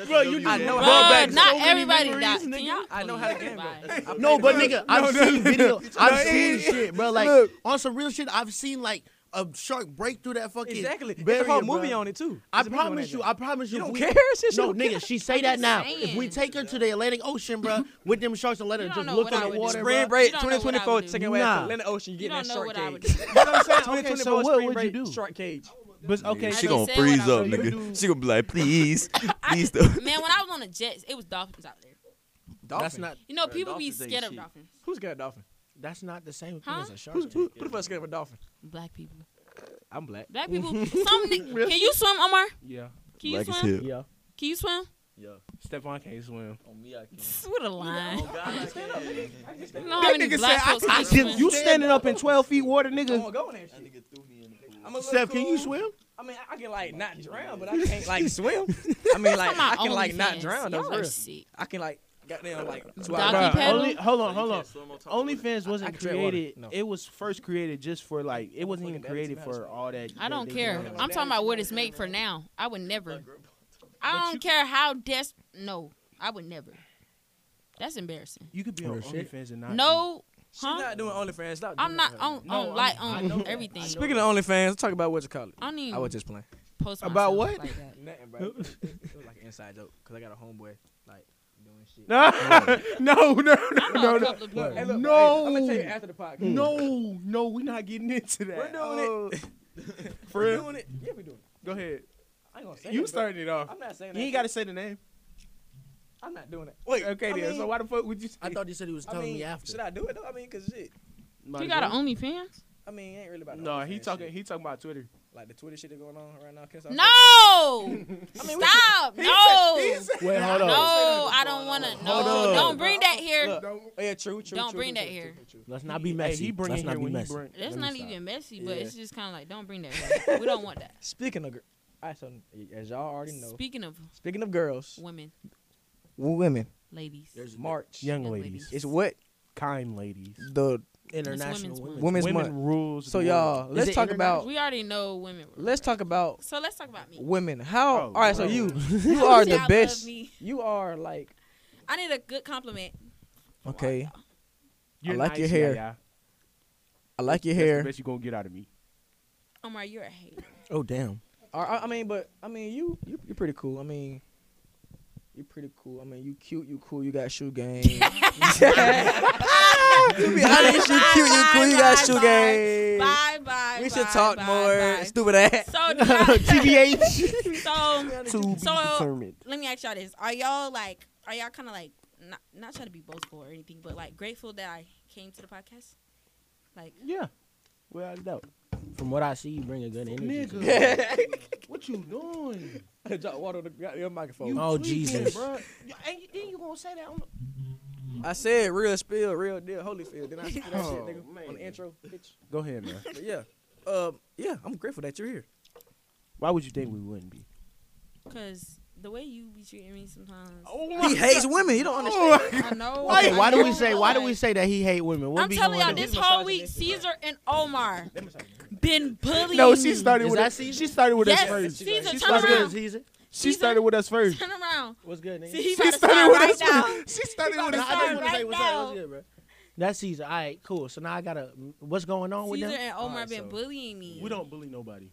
Speaker 7: bro, you
Speaker 1: I know
Speaker 5: Bruh,
Speaker 1: how.
Speaker 5: not everybody dies. Can y'all
Speaker 1: I know how the
Speaker 5: please
Speaker 1: game
Speaker 5: buy it?
Speaker 6: No, but nigga, I've seen video.
Speaker 1: No,
Speaker 6: I've
Speaker 1: it-
Speaker 6: seen shit, bro. Like
Speaker 1: Look.
Speaker 6: on some real shit, I've seen like a shark break through that fucking.
Speaker 1: Exactly. There's
Speaker 6: Barrier,
Speaker 1: a whole
Speaker 6: bro.
Speaker 1: movie on it too.
Speaker 6: I
Speaker 1: There's a movie on
Speaker 6: promise
Speaker 1: that
Speaker 6: you.
Speaker 1: job.
Speaker 6: I promise you.
Speaker 1: You don't
Speaker 6: we-
Speaker 1: care. Shit, you
Speaker 6: No,
Speaker 1: don't care.
Speaker 6: nigga, she say that now.
Speaker 5: saying.
Speaker 6: If we take her to the Atlantic Ocean, bro, with them sharks and let her
Speaker 5: You don't
Speaker 6: just
Speaker 5: know
Speaker 6: look
Speaker 5: what
Speaker 6: in
Speaker 5: I would
Speaker 6: the
Speaker 5: do.
Speaker 6: water,
Speaker 1: Spring
Speaker 6: bruh.
Speaker 5: You
Speaker 1: break
Speaker 5: don't know what I
Speaker 1: 2024,
Speaker 5: would do.
Speaker 1: taking away
Speaker 6: Nah.
Speaker 1: to Atlantic Ocean,
Speaker 5: You
Speaker 1: getting
Speaker 5: don't
Speaker 1: that
Speaker 5: know
Speaker 1: shark
Speaker 5: what I
Speaker 1: cage.
Speaker 5: would do.
Speaker 2: You know what I'm saying? Okay,
Speaker 1: 2024
Speaker 2: so what
Speaker 1: spring
Speaker 2: would you
Speaker 1: break
Speaker 2: do?
Speaker 1: Shark cage.
Speaker 2: But okay,
Speaker 5: I
Speaker 7: she
Speaker 5: just
Speaker 7: gonna
Speaker 5: said
Speaker 7: freeze
Speaker 5: what I
Speaker 7: up,
Speaker 5: was
Speaker 2: gonna do.
Speaker 7: nigga. She gonna be like, please,
Speaker 5: <laughs> I
Speaker 7: please.
Speaker 5: just-
Speaker 7: though.
Speaker 5: Man, when I was on the Jets, it was dolphins out there.
Speaker 6: That's not.
Speaker 5: You know,
Speaker 7: Bruh,
Speaker 5: people be
Speaker 7: dolphins ain't
Speaker 5: scared of
Speaker 7: shit.
Speaker 5: dolphins.
Speaker 1: Who's scared of dolphin?
Speaker 6: That's not the same thing
Speaker 5: Huh?
Speaker 6: as a shark.
Speaker 1: Who's, who, who the fuck scared of a dolphin?
Speaker 5: Black people.
Speaker 1: I'm black.
Speaker 5: Black people. some ni- can you swim, Omar?
Speaker 2: Yeah.
Speaker 5: Can you
Speaker 7: Black as
Speaker 5: swim?
Speaker 7: hell.
Speaker 2: Yeah.
Speaker 5: Can you swim?
Speaker 2: Stephon can't swim.
Speaker 5: <laughs> What a line. You know how many black folks
Speaker 6: I
Speaker 5: can
Speaker 6: just-
Speaker 5: swim?
Speaker 2: You standing up in 12 feet water, nigga.
Speaker 1: go in there. I'm a little
Speaker 6: Steph, can you
Speaker 1: cool.
Speaker 6: swim?
Speaker 1: I mean, I can like not drown, but I can't
Speaker 2: <laughs>
Speaker 1: like swim. I mean, like I can like not drown. That's
Speaker 5: Y'all are
Speaker 1: real.
Speaker 5: sick.
Speaker 1: I can like goddamn like. that's why I-
Speaker 5: Doggy
Speaker 2: Bruh,
Speaker 5: paddle?
Speaker 2: only- hold on, hold on.
Speaker 7: OnlyFans.
Speaker 2: OnlyFans
Speaker 1: I
Speaker 2: wasn't
Speaker 1: can tread water.
Speaker 2: created.
Speaker 1: No.
Speaker 2: It was first created just for like. It wasn't even
Speaker 1: Fucking
Speaker 2: created
Speaker 1: Baptist
Speaker 2: for all that.
Speaker 5: I don't
Speaker 2: that they
Speaker 5: care.
Speaker 2: do.
Speaker 5: I'm talking about what it's made for now. I would never. I don't care how des. No, I would never. That's embarrassing.
Speaker 2: You could be on
Speaker 1: Oh, shit.
Speaker 2: OnlyFans and not.
Speaker 5: No,
Speaker 1: She's
Speaker 5: huh?
Speaker 1: not doing OnlyFans. Stop
Speaker 5: I'm
Speaker 1: doing
Speaker 5: not
Speaker 1: that.
Speaker 5: on
Speaker 2: No,
Speaker 5: on
Speaker 2: I'm-
Speaker 5: like
Speaker 2: I know
Speaker 5: on
Speaker 2: that.
Speaker 5: everything.
Speaker 1: Speaking of OnlyFans, let's talk about what you call it.
Speaker 5: I don't even
Speaker 1: I was just playing.
Speaker 5: post
Speaker 2: About
Speaker 5: myself
Speaker 2: what?
Speaker 1: <laughs>
Speaker 5: Like that.
Speaker 1: Nothing, bro. it was like an inside joke because I got a homeboy like doing shit.
Speaker 2: No, <laughs> no, no,
Speaker 1: <laughs>
Speaker 5: I know
Speaker 2: no,
Speaker 5: a
Speaker 2: no.
Speaker 5: couple of people.
Speaker 1: Hey, look,
Speaker 2: No.
Speaker 1: I'm gonna tell you after the podcast.
Speaker 2: No, no, we're not getting into that.
Speaker 1: Hmm. We're doing
Speaker 2: it.
Speaker 1: <laughs>
Speaker 2: For
Speaker 1: we're
Speaker 2: real?
Speaker 1: doing it. Yeah, we doing it.
Speaker 2: Go ahead.
Speaker 1: I ain't gonna say it,
Speaker 2: You
Speaker 1: but
Speaker 2: started it off.
Speaker 1: I'm not saying that.
Speaker 2: You ain't got to say the name.
Speaker 1: I'm not doing it.
Speaker 2: Wait, okay
Speaker 1: I
Speaker 2: then.
Speaker 1: mean-
Speaker 2: so why the fuck would you? Say
Speaker 6: I thought you said he was
Speaker 1: I
Speaker 6: telling
Speaker 1: mean,
Speaker 6: me after.
Speaker 1: should I do it though? I mean, cause shit.
Speaker 5: You got an OnlyFans?
Speaker 1: I mean, it ain't really about
Speaker 2: <laughs> No, he
Speaker 1: OnlyFans
Speaker 2: talking.
Speaker 1: shit.
Speaker 2: He talking about Twitter.
Speaker 1: like the Twitter shit that going on right now. Cause I-
Speaker 5: No!
Speaker 1: I mean, we
Speaker 5: Stop! No!
Speaker 2: Wait, hold
Speaker 5: No,
Speaker 2: on.
Speaker 5: I don't want to. No,
Speaker 1: Hold up.
Speaker 5: don't bring that here.
Speaker 1: Look, oh, yeah, true, true.
Speaker 5: Don't
Speaker 1: true,
Speaker 5: bring
Speaker 1: true,
Speaker 5: that
Speaker 1: true,
Speaker 5: here.
Speaker 1: true, true.
Speaker 6: Let's not be
Speaker 2: Hey,
Speaker 6: messy.
Speaker 2: he bring
Speaker 6: Let's
Speaker 2: it
Speaker 6: not
Speaker 2: here
Speaker 6: be
Speaker 2: when he
Speaker 6: messy.
Speaker 2: bring.
Speaker 5: That's
Speaker 1: Let me
Speaker 5: not
Speaker 1: stop.
Speaker 5: even messy, but
Speaker 1: Yeah.
Speaker 5: it's just kind of like, don't bring that. here. we don't want
Speaker 1: <laughs>
Speaker 5: that.
Speaker 1: Speaking of, gir- all right, so as y'all already know,
Speaker 5: Speaking of
Speaker 1: speaking of girls,
Speaker 5: women,
Speaker 1: women,
Speaker 5: ladies,
Speaker 1: March,
Speaker 2: Young
Speaker 5: Young
Speaker 2: ladies.
Speaker 5: ladies.
Speaker 1: it's what
Speaker 2: kind ladies.
Speaker 1: the
Speaker 6: International
Speaker 5: women's
Speaker 6: women.
Speaker 5: month.
Speaker 1: Women's
Speaker 2: Women
Speaker 1: Month.
Speaker 2: rules.
Speaker 1: So
Speaker 2: the
Speaker 1: y'all,
Speaker 2: world.
Speaker 1: let's
Speaker 6: it
Speaker 1: talk
Speaker 6: international?
Speaker 1: about
Speaker 5: We already know women. were-
Speaker 1: let's talk about
Speaker 5: So let's talk about me.
Speaker 1: women. How?
Speaker 2: Oh,
Speaker 1: all right, so
Speaker 2: bro.
Speaker 1: <laughs> you you are
Speaker 5: See, I
Speaker 1: the
Speaker 5: love
Speaker 1: best.
Speaker 5: me.
Speaker 1: You are like
Speaker 5: I need a good compliment. from all
Speaker 1: okay.
Speaker 5: y'all.
Speaker 2: You're
Speaker 1: I like
Speaker 2: nice,
Speaker 1: your hair.
Speaker 2: Yaya.
Speaker 1: I like your
Speaker 2: That's the
Speaker 1: hair.
Speaker 2: best you gonna get out of <laughs> me.
Speaker 5: Omar, you're a
Speaker 1: <laughs>
Speaker 5: hater.
Speaker 4: Oh damn.
Speaker 1: Or, I I mean, but I mean, you you you're pretty cool. I mean, you're pretty cool. I mean, you cute. You cool. You got shoe
Speaker 5: <laughs>
Speaker 1: game. to be honest, you cute. You cool. You got
Speaker 5: Bye,
Speaker 1: shoe
Speaker 5: bye,
Speaker 1: game.
Speaker 5: Bye bye.
Speaker 1: We should
Speaker 5: bye,
Speaker 1: talk
Speaker 5: bye,
Speaker 1: more.
Speaker 5: bye.
Speaker 1: Stupid ass.
Speaker 5: So do y'all-
Speaker 1: TBH.
Speaker 5: <laughs> so
Speaker 2: To be
Speaker 5: So-
Speaker 1: <laughs>
Speaker 2: determined.
Speaker 5: let me ask y'all this: Are y'all like? Are y'all kind of like not not trying to be boastful or anything, but like grateful that I came to the podcast? Like,
Speaker 2: Yeah. Without a doubt.
Speaker 4: From what I see, you bring a good energy. to it.
Speaker 2: Nigga. what you doing?
Speaker 1: Drop water on the goddamn microphone.
Speaker 2: You
Speaker 4: Oh,
Speaker 2: tweaking,
Speaker 4: Jesus.
Speaker 2: bruh. You- And you- then you gonna say that on the
Speaker 1: I said <laughs> real spill, real deal, Holyfield. Then I said that
Speaker 2: Oh,
Speaker 1: shit, nigga, on
Speaker 2: man.
Speaker 1: the intro. Bitch.
Speaker 2: Go ahead, man.
Speaker 1: But yeah, um, yeah, I'm grateful that you're here.
Speaker 2: Why would you think we wouldn't be?
Speaker 5: cause the way you be treating me sometimes.
Speaker 2: Oh.
Speaker 1: he hates women. You don't understand.
Speaker 5: I know.
Speaker 2: <laughs>
Speaker 6: Okay,
Speaker 5: I
Speaker 6: why do we
Speaker 5: know,
Speaker 6: say why do we
Speaker 5: like,
Speaker 6: say that he hate women? What
Speaker 5: I'm
Speaker 6: be
Speaker 5: telling
Speaker 6: going
Speaker 5: y'all,
Speaker 6: on?
Speaker 5: this
Speaker 1: He's
Speaker 5: whole week,
Speaker 1: misogynistic.
Speaker 5: Caesar and Omar been bullying.
Speaker 2: No, she
Speaker 5: me.
Speaker 2: started
Speaker 6: Is
Speaker 2: with
Speaker 6: that
Speaker 2: us. She started with us
Speaker 5: Yes,
Speaker 2: first.
Speaker 5: Caesar,
Speaker 2: She
Speaker 5: turn
Speaker 2: started
Speaker 5: around.
Speaker 2: with
Speaker 6: What's good, Caesar?
Speaker 2: She
Speaker 5: Caesar.
Speaker 2: started with us first.
Speaker 5: Turn around.
Speaker 6: What's good, nigga?
Speaker 5: See, he
Speaker 2: She
Speaker 5: about to
Speaker 2: started
Speaker 5: start
Speaker 2: with
Speaker 5: right
Speaker 2: us
Speaker 5: now.
Speaker 2: first. She started
Speaker 5: about
Speaker 2: with
Speaker 5: to
Speaker 6: Nah,
Speaker 2: us
Speaker 6: I just
Speaker 5: start
Speaker 2: first.
Speaker 6: want to say
Speaker 5: right
Speaker 6: what's up,
Speaker 5: now.
Speaker 6: what's good, bro. That's Caesar. All right, cool. So now I gotta. What's going on with
Speaker 5: Caesar
Speaker 6: them?
Speaker 5: and Omar
Speaker 2: Alright,
Speaker 5: been
Speaker 2: so-
Speaker 5: bullying me.
Speaker 2: We don't bully nobody.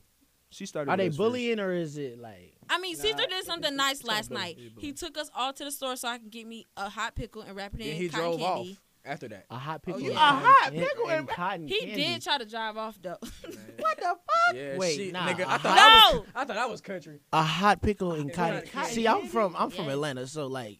Speaker 2: She started.
Speaker 6: Are
Speaker 2: with
Speaker 6: they
Speaker 2: us
Speaker 6: bullying or is it like?
Speaker 5: I mean, Caesar did something nice
Speaker 2: it's not
Speaker 5: last
Speaker 2: bullying,
Speaker 5: night.
Speaker 2: it's bullying.
Speaker 5: He took us all to the store so I could get me a hot pickle and wrap it in
Speaker 1: Yeah, he
Speaker 5: cotton
Speaker 1: drove
Speaker 5: candy.
Speaker 1: off after that.
Speaker 6: A hot pickle.
Speaker 1: you
Speaker 6: and
Speaker 1: a
Speaker 6: cotton
Speaker 2: hot
Speaker 6: candy-
Speaker 2: pickle
Speaker 6: and
Speaker 2: and-
Speaker 6: cotton
Speaker 5: He
Speaker 6: candy.
Speaker 5: did try to drive off though.
Speaker 1: what the fuck? Yeah,
Speaker 6: Wait,
Speaker 1: she,
Speaker 6: nah,
Speaker 1: nigga,
Speaker 6: a
Speaker 1: I thought I was,
Speaker 5: no,
Speaker 1: I thought I was country.
Speaker 6: A hot pickle and
Speaker 1: Yeah,
Speaker 6: cotton.
Speaker 1: cotton
Speaker 6: See, I'm from I'm from
Speaker 5: Yes.
Speaker 6: Atlanta, so like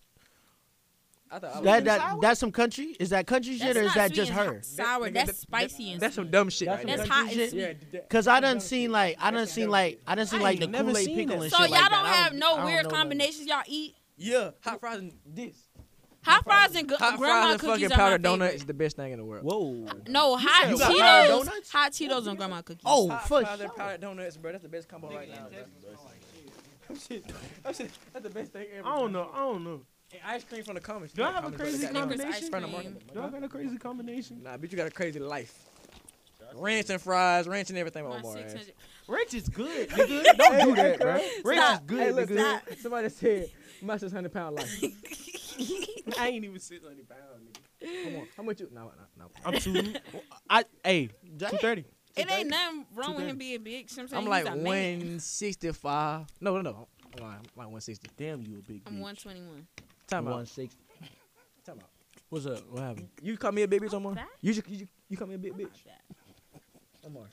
Speaker 1: I thought I was
Speaker 6: that
Speaker 1: country.
Speaker 6: that that's some country. Is that country shit
Speaker 5: that's
Speaker 6: or is
Speaker 5: not
Speaker 6: that
Speaker 5: sweet
Speaker 6: just
Speaker 5: and hot-
Speaker 6: her?
Speaker 5: Sour.
Speaker 1: That-
Speaker 5: That's
Speaker 1: that-
Speaker 5: spicy and
Speaker 1: that's
Speaker 5: sweet.
Speaker 1: some dumb shit.
Speaker 6: That's
Speaker 1: right
Speaker 6: some
Speaker 5: That's
Speaker 1: there.
Speaker 5: hot and
Speaker 6: shit.
Speaker 5: sweet.
Speaker 1: did that-
Speaker 6: Cause I done seen like I done seen like I done seen
Speaker 2: I
Speaker 6: like the
Speaker 2: ain't never
Speaker 6: Kool Aid
Speaker 2: seen
Speaker 6: pickle
Speaker 2: that.
Speaker 6: and
Speaker 5: So
Speaker 6: shit
Speaker 5: y'all
Speaker 6: like
Speaker 5: don't
Speaker 6: that. I
Speaker 5: have
Speaker 6: I
Speaker 5: no
Speaker 6: don't
Speaker 5: weird
Speaker 6: know nothing.
Speaker 5: combinations y'all eat.
Speaker 1: yeah, hot fries and this.
Speaker 5: Hot fries and gu-
Speaker 1: Hot fries
Speaker 5: grandma
Speaker 1: and fucking
Speaker 5: cookies
Speaker 1: powdered
Speaker 5: are
Speaker 1: donut
Speaker 5: my
Speaker 1: is
Speaker 5: favorite.
Speaker 1: the best thing in the world.
Speaker 4: Whoa.
Speaker 5: No, hot
Speaker 6: said you got
Speaker 5: Cheetos.
Speaker 6: powdered donuts?
Speaker 5: Hot Cheetos and grandma cookies.
Speaker 6: Oh,
Speaker 1: Hot
Speaker 6: for
Speaker 1: fries and
Speaker 6: sure.
Speaker 1: powdered donuts, bro. That's the best combo right now. bro. Shit, that's it. That's the best thing ever.
Speaker 2: I don't know. I don't know.
Speaker 1: And ice cream from the comments.
Speaker 2: Do I
Speaker 1: Not
Speaker 2: have
Speaker 1: comments,
Speaker 2: a
Speaker 1: but
Speaker 2: crazy
Speaker 1: they got donuts.
Speaker 2: combination?
Speaker 1: Front of
Speaker 5: Ice
Speaker 1: market,
Speaker 5: cream.
Speaker 1: bro.
Speaker 2: Y'all got a crazy combination.
Speaker 1: Nah, bitch, you got a crazy life. Ranch and fries, ranch and everything
Speaker 5: My
Speaker 1: on bar.
Speaker 5: 600
Speaker 2: Rich is good, nigga. <laughs> Don't do that, bro. Rich is
Speaker 5: Stop.
Speaker 2: good,
Speaker 1: Hey, look,
Speaker 2: nigga.
Speaker 1: stop. somebody said my 600 pound life.
Speaker 5: <laughs>
Speaker 2: I ain't even 600 pounds, nigga.
Speaker 1: Come on, how much you? No, no, no.
Speaker 2: I'm
Speaker 1: <laughs>
Speaker 2: two. I hey, two thirty.
Speaker 5: It ain't nothing wrong with
Speaker 2: 230.
Speaker 5: him being big. You know what
Speaker 1: I'm
Speaker 5: saying?
Speaker 1: like
Speaker 5: He's a man.
Speaker 1: 165. No, no, no. I'm lying. I'm like 160.
Speaker 2: Damn, you a big
Speaker 5: I'm
Speaker 2: bitch.
Speaker 5: 121.
Speaker 1: Time out.
Speaker 4: One sixty.
Speaker 1: Time out.
Speaker 4: What's up? What happened?
Speaker 1: You call me a big bitch, Omar?
Speaker 5: fat.
Speaker 1: You, should- you, you call me a big
Speaker 5: I'm not
Speaker 1: bitch,
Speaker 5: fat.
Speaker 1: Omar.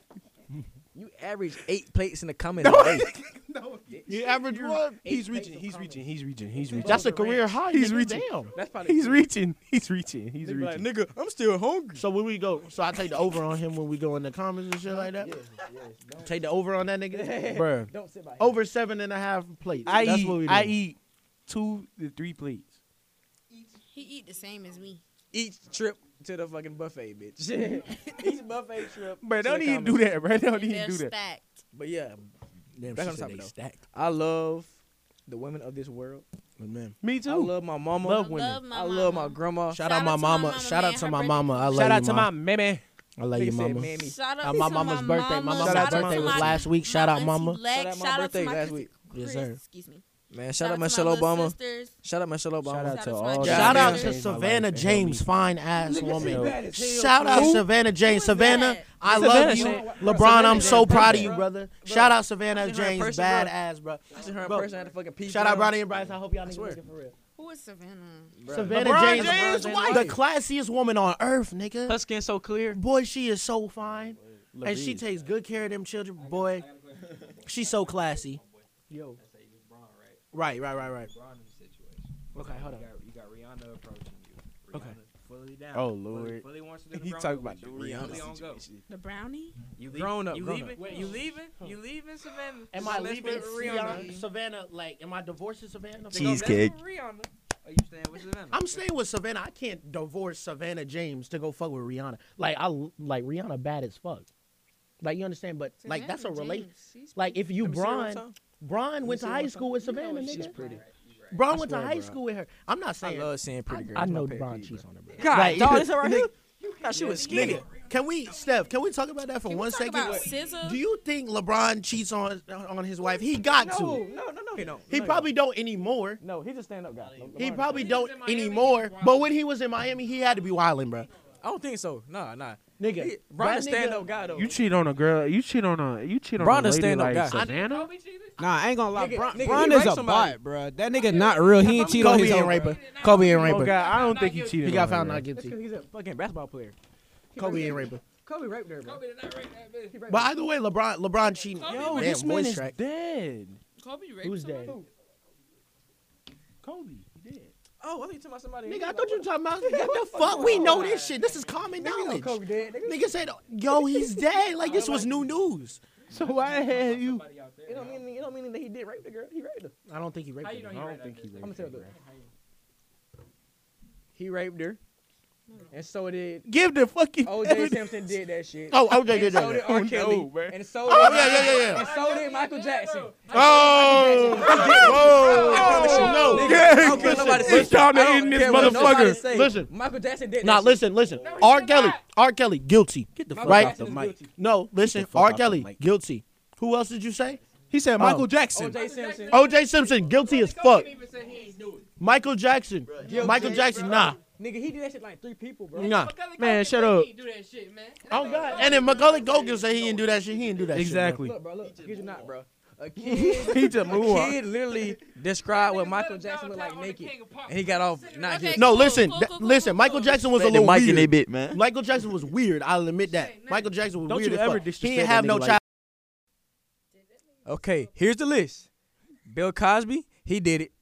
Speaker 2: <laughs>
Speaker 1: you average eight plates in the comments a day.
Speaker 2: You average what? He's
Speaker 1: Eight
Speaker 2: reaching.
Speaker 1: plates
Speaker 2: He's
Speaker 1: of
Speaker 2: reaching. He's reaching. He's reaching.
Speaker 6: That's a career high.
Speaker 2: He's
Speaker 6: nigga.
Speaker 2: reaching.
Speaker 6: Damn.
Speaker 1: That's probably.
Speaker 2: <laughs> He's reaching. He's reaching. He's
Speaker 1: They be like,
Speaker 2: reaching.
Speaker 1: nigga, I'm still hungry.
Speaker 6: So when we go, so I take the over on him when we go in the comments and shit like that. Take the over on that nigga.
Speaker 2: Bruh.
Speaker 1: Don't sit by him.
Speaker 6: over seven and a half plates.
Speaker 2: I
Speaker 6: That's
Speaker 2: eat.
Speaker 6: what we do.
Speaker 2: I eat two to three plates.
Speaker 5: He eat the same as me.
Speaker 1: each trip to the fucking buffet,
Speaker 2: <laughs>
Speaker 1: bitch. <laughs> each buffet trip.
Speaker 2: Bro,
Speaker 1: to
Speaker 2: don't
Speaker 1: the
Speaker 2: even
Speaker 1: comments.
Speaker 2: do that, bro. <laughs> Don't
Speaker 5: And
Speaker 2: even
Speaker 5: they're
Speaker 2: do that.
Speaker 5: stacked.
Speaker 1: But yeah,
Speaker 4: Damn,
Speaker 1: Back
Speaker 4: she
Speaker 1: on
Speaker 4: said
Speaker 1: topic,
Speaker 4: they
Speaker 1: though.
Speaker 4: stacked.
Speaker 1: I love the women of this world.
Speaker 4: Man.
Speaker 2: Me
Speaker 1: I
Speaker 2: too.
Speaker 1: love my mama.
Speaker 5: I
Speaker 2: women.
Speaker 5: Love my
Speaker 1: I love my
Speaker 5: mama.
Speaker 1: grandma.
Speaker 6: Shout, out my mama. Shout out
Speaker 5: man.
Speaker 6: to
Speaker 5: Her
Speaker 6: my
Speaker 5: birthday-
Speaker 6: mama. I love
Speaker 2: Shout
Speaker 6: you,
Speaker 2: out to my
Speaker 6: mom.
Speaker 2: mammy.
Speaker 6: I love
Speaker 1: Nigga
Speaker 6: you,
Speaker 1: said,
Speaker 6: mama.
Speaker 1: "Mammy."
Speaker 5: Shout out
Speaker 6: Uh,
Speaker 5: to
Speaker 6: my
Speaker 5: my
Speaker 6: mama's birthday. My
Speaker 5: mama.
Speaker 6: mama's
Speaker 2: Shout out to
Speaker 6: birthday
Speaker 2: my-
Speaker 6: was last week. Shout
Speaker 5: my
Speaker 6: out,
Speaker 5: auntie
Speaker 6: mama.
Speaker 5: Lex.
Speaker 1: Shout out my
Speaker 5: Shout
Speaker 1: birthday
Speaker 5: my
Speaker 1: last
Speaker 5: cousin
Speaker 1: week.
Speaker 5: Chris.
Speaker 4: Yes, sir.
Speaker 5: Excuse me.
Speaker 1: Man, shout, out
Speaker 5: my
Speaker 1: Michelle
Speaker 5: little
Speaker 1: Obama.
Speaker 5: sisters.
Speaker 1: Shout out Michelle Obama.
Speaker 2: Shout out
Speaker 5: Shout
Speaker 2: to
Speaker 5: out to
Speaker 2: all.
Speaker 5: my
Speaker 2: that
Speaker 6: Shout out
Speaker 2: changed
Speaker 6: to
Speaker 2: my
Speaker 6: Savannah
Speaker 2: life. They
Speaker 6: James,
Speaker 2: helped
Speaker 6: fine ass woman.
Speaker 1: bad as hell.
Speaker 6: Shout out
Speaker 1: Who?
Speaker 6: Savannah James.
Speaker 5: Who is
Speaker 6: Savannah,
Speaker 5: that?
Speaker 6: I
Speaker 1: Savannah
Speaker 6: love you.
Speaker 1: James.
Speaker 6: LeBron, I'm
Speaker 1: Savannah
Speaker 6: so
Speaker 1: James,
Speaker 6: proud of
Speaker 1: bro.
Speaker 6: you, brother.
Speaker 1: Bro.
Speaker 6: Shout out Savannah
Speaker 1: I seen her in
Speaker 6: James,
Speaker 1: person, bro.
Speaker 6: badass, bro.
Speaker 1: I seen her in
Speaker 6: Bro.
Speaker 1: person at the fucking peace.
Speaker 6: Shout out
Speaker 1: Brown.
Speaker 6: Bronny and Bryce. I hope y'all niggas
Speaker 1: swear.
Speaker 6: looking for real.
Speaker 5: Who is Savannah?
Speaker 1: Bro.
Speaker 6: Savannah
Speaker 2: LeBron
Speaker 6: James,
Speaker 2: James' wife.
Speaker 6: the classiest woman on earth, nigga.
Speaker 1: Her skin so clear.
Speaker 6: Boy, she is so fine,
Speaker 2: me.
Speaker 6: and she
Speaker 2: Lavise.
Speaker 6: takes good care of them children. Boy, she's so classy.
Speaker 1: Yo.
Speaker 6: Right, right, right, right.
Speaker 1: Okay, hold on.
Speaker 9: You got Rihanna approaching you.
Speaker 1: Okay.
Speaker 9: Rihanna Fully down.
Speaker 2: Oh,
Speaker 9: Fully-
Speaker 2: Lord.
Speaker 9: fully wants to do
Speaker 2: <laughs>
Speaker 9: the
Speaker 2: He
Speaker 9: Brown
Speaker 2: talking
Speaker 9: with
Speaker 2: about
Speaker 9: you.
Speaker 2: the
Speaker 9: Fully
Speaker 2: Rihanna
Speaker 9: on go.
Speaker 5: The brownie?
Speaker 9: You
Speaker 1: Grown up,
Speaker 9: You
Speaker 1: grown
Speaker 9: leaving?
Speaker 1: up.
Speaker 9: You leaving? You leaving Savannah?
Speaker 6: Am I
Speaker 9: Let's go
Speaker 6: leaving
Speaker 9: with
Speaker 6: Savannah,
Speaker 9: Rihanna?
Speaker 6: Savannah? Like, am I divorcing Savannah?
Speaker 9: Let's go- let's go with
Speaker 7: Cheesecake.
Speaker 9: Rihanna. Are you staying with Savannah?
Speaker 6: I'm staying with Savannah. I can't divorce Savannah James to go fuck with Rihanna. Like, I like Rihanna bad as fuck. Like, you understand? But like, that's a
Speaker 5: Savannah
Speaker 6: relate.
Speaker 5: James, she's-
Speaker 6: Like, if you
Speaker 1: Let me see her one
Speaker 6: Bron,
Speaker 1: time.
Speaker 6: Bron
Speaker 1: me
Speaker 6: went to
Speaker 1: see her
Speaker 6: high
Speaker 1: one
Speaker 6: school with
Speaker 1: You know
Speaker 6: Savannah.
Speaker 1: she's
Speaker 6: nigga.
Speaker 1: pretty.
Speaker 6: Bro,
Speaker 1: I
Speaker 6: I went to
Speaker 1: swear,
Speaker 6: high
Speaker 1: bro.
Speaker 6: school with her. I'm not
Speaker 1: I
Speaker 6: saying.
Speaker 1: love seeing pretty girls.
Speaker 4: I
Speaker 1: It's my
Speaker 4: know
Speaker 1: pet
Speaker 4: Bron
Speaker 1: peeve,
Speaker 4: cheese
Speaker 1: bro.
Speaker 4: on it, bro.
Speaker 6: God, Right. dog, this
Speaker 1: right here. Thought she was skinny.
Speaker 6: Nigga, can we, Steph? Can we talk about that for
Speaker 5: Can we
Speaker 6: one
Speaker 5: talk
Speaker 6: second?
Speaker 5: about Scissor?
Speaker 6: Do you think LeBron cheats on on his wife? He got to.
Speaker 1: no, no, no, he don't.
Speaker 6: He
Speaker 1: No,
Speaker 6: probably don't anymore.
Speaker 1: No, he's a stand up guy.
Speaker 6: He
Speaker 1: LeBron-
Speaker 6: probably
Speaker 9: When he was
Speaker 6: don't
Speaker 9: in Miami, he
Speaker 6: anymore.
Speaker 9: was
Speaker 6: But when he was in Miami, he had to be wilding, bro.
Speaker 1: I don't think so. Nah, nah.
Speaker 6: Nigga,
Speaker 1: He,
Speaker 6: that
Speaker 1: Bron a
Speaker 6: nigga-
Speaker 1: stand up guy though.
Speaker 2: You cheat on a girl. You cheat on a. You cheat on
Speaker 1: Bron a
Speaker 2: a lady
Speaker 1: stand-up
Speaker 2: like
Speaker 1: guy.
Speaker 2: Savannah.
Speaker 3: Nah, I ain't gonna lie.
Speaker 1: Nigga-
Speaker 3: Bron,
Speaker 1: nigga,
Speaker 3: Bron
Speaker 1: he
Speaker 3: is
Speaker 1: raped
Speaker 3: a
Speaker 1: somebody.
Speaker 3: bot, bro. That nigga not real. He ain't cheat on his
Speaker 6: Kobe
Speaker 3: own.
Speaker 6: ain't
Speaker 3: bro.
Speaker 6: raper. Kobe ain't
Speaker 2: Oh
Speaker 6: raper.
Speaker 2: God, I don't think he cheated.
Speaker 6: He got
Speaker 2: on
Speaker 6: found
Speaker 2: her.
Speaker 6: not
Speaker 1: That's
Speaker 6: guilty.
Speaker 1: because he's a fucking basketball player.
Speaker 6: Kobe ain't raper.
Speaker 1: Kobe raped her, bro.
Speaker 6: But either way, LeBron LeBron cheating.
Speaker 9: Kobe
Speaker 2: Yo,
Speaker 9: Damn,
Speaker 2: this man
Speaker 6: voice
Speaker 2: is
Speaker 6: crack.
Speaker 2: dead.
Speaker 5: Kobe, you raped
Speaker 2: Who's
Speaker 5: somebody?
Speaker 2: dead? <laughs> Kobe, he dead.
Speaker 1: Oh, I thought you talking about somebody.
Speaker 6: Nigga, I thought you were talking about. What the fuck? We know this shit. This is common knowledge.
Speaker 1: Kobe dead, nigga.
Speaker 6: Nigga said, "Yo, he's dead." Like this was new news.
Speaker 2: So why the hell you?
Speaker 1: It don't mean it don't mean that he did rape the girl. He raped her.
Speaker 6: I don't think he raped
Speaker 9: How you know
Speaker 6: her.
Speaker 9: he
Speaker 2: I
Speaker 9: right
Speaker 2: don't
Speaker 9: out
Speaker 2: think he.
Speaker 9: there?
Speaker 1: I'ma
Speaker 2: raped
Speaker 1: tell
Speaker 2: her,
Speaker 1: you.
Speaker 2: bro.
Speaker 1: He raped her. And so did <laughs>
Speaker 2: Give the fucking.
Speaker 1: OJ
Speaker 2: evidence.
Speaker 1: Simpson did that shit.
Speaker 6: Oh, OJ
Speaker 1: and
Speaker 6: did
Speaker 1: so did
Speaker 6: that.
Speaker 1: R.
Speaker 2: no,
Speaker 1: Kelly.
Speaker 2: bro.
Speaker 1: and so did,
Speaker 6: Oh yeah, yeah, yeah,
Speaker 1: And
Speaker 6: yeah.
Speaker 1: so did Michael Jackson.
Speaker 2: Oh,
Speaker 6: Oh, no.
Speaker 2: yeah.
Speaker 1: care
Speaker 2: listen,
Speaker 1: nobody
Speaker 2: It's
Speaker 1: say.
Speaker 2: time to
Speaker 1: I don't
Speaker 2: end this
Speaker 1: care what nobody
Speaker 2: motherfucker.
Speaker 1: say.
Speaker 6: Listen.
Speaker 1: Michael Jackson did that.
Speaker 6: Nah,
Speaker 1: shit.
Speaker 6: listen, listen. R.
Speaker 9: he's
Speaker 6: Kelly,
Speaker 9: not.
Speaker 6: R. Kelly, guilty.
Speaker 1: Get the fuck
Speaker 6: Right.
Speaker 1: off the mic.
Speaker 6: No, listen,
Speaker 2: fuck
Speaker 6: R.
Speaker 2: out the
Speaker 6: Kelly,
Speaker 2: mic.
Speaker 6: guilty. Who else did you say?
Speaker 2: He said
Speaker 6: Oh.
Speaker 2: Michael Jackson.
Speaker 1: OJ Simpson.
Speaker 6: O.J. Simpson, guilty as fuck.
Speaker 9: Even said he ain't do it.
Speaker 6: Michael Jackson, Michael Jackson, nah,
Speaker 1: Nigga, he did that shit like three people, bro.
Speaker 6: nah.
Speaker 9: Macaulay
Speaker 2: Man,
Speaker 9: Culkin
Speaker 2: shut
Speaker 9: said
Speaker 2: up.
Speaker 9: He ain't do that shit, man.
Speaker 6: Oh God. And then Macaulay Culkin said he didn't do that shit. He didn't do that
Speaker 2: Exactly.
Speaker 1: Look, bro, look. Kid you not, bro. A kid,
Speaker 2: He just
Speaker 1: a
Speaker 2: moved on.
Speaker 1: kid literally described what
Speaker 9: Nigga
Speaker 1: Michael
Speaker 9: lived
Speaker 1: Jackson looked
Speaker 9: downtown
Speaker 1: like
Speaker 9: on the
Speaker 1: naked.
Speaker 9: King of Pop.
Speaker 1: And he got off
Speaker 9: Okay,
Speaker 1: not
Speaker 9: cool,
Speaker 1: guilty.
Speaker 6: shit. No,
Speaker 9: cool,
Speaker 6: listen,
Speaker 9: cool,
Speaker 6: that-
Speaker 9: cool, cool,
Speaker 6: listen.
Speaker 9: cool.
Speaker 6: Michael Jackson was a
Speaker 7: Ain't the
Speaker 6: little
Speaker 7: mic in they
Speaker 6: weird.
Speaker 7: bit, man.
Speaker 6: Michael Jackson was weird. I'll admit that.
Speaker 9: Say, nigga.
Speaker 6: Michael Jackson was
Speaker 2: Don't
Speaker 6: weird.
Speaker 2: you
Speaker 6: as
Speaker 2: ever
Speaker 6: fuck.
Speaker 2: disrespect
Speaker 6: He didn't
Speaker 2: that
Speaker 6: have
Speaker 2: nigga
Speaker 6: no
Speaker 2: like
Speaker 6: child.
Speaker 1: Okay, here's the list. Bill Cosby, he did it.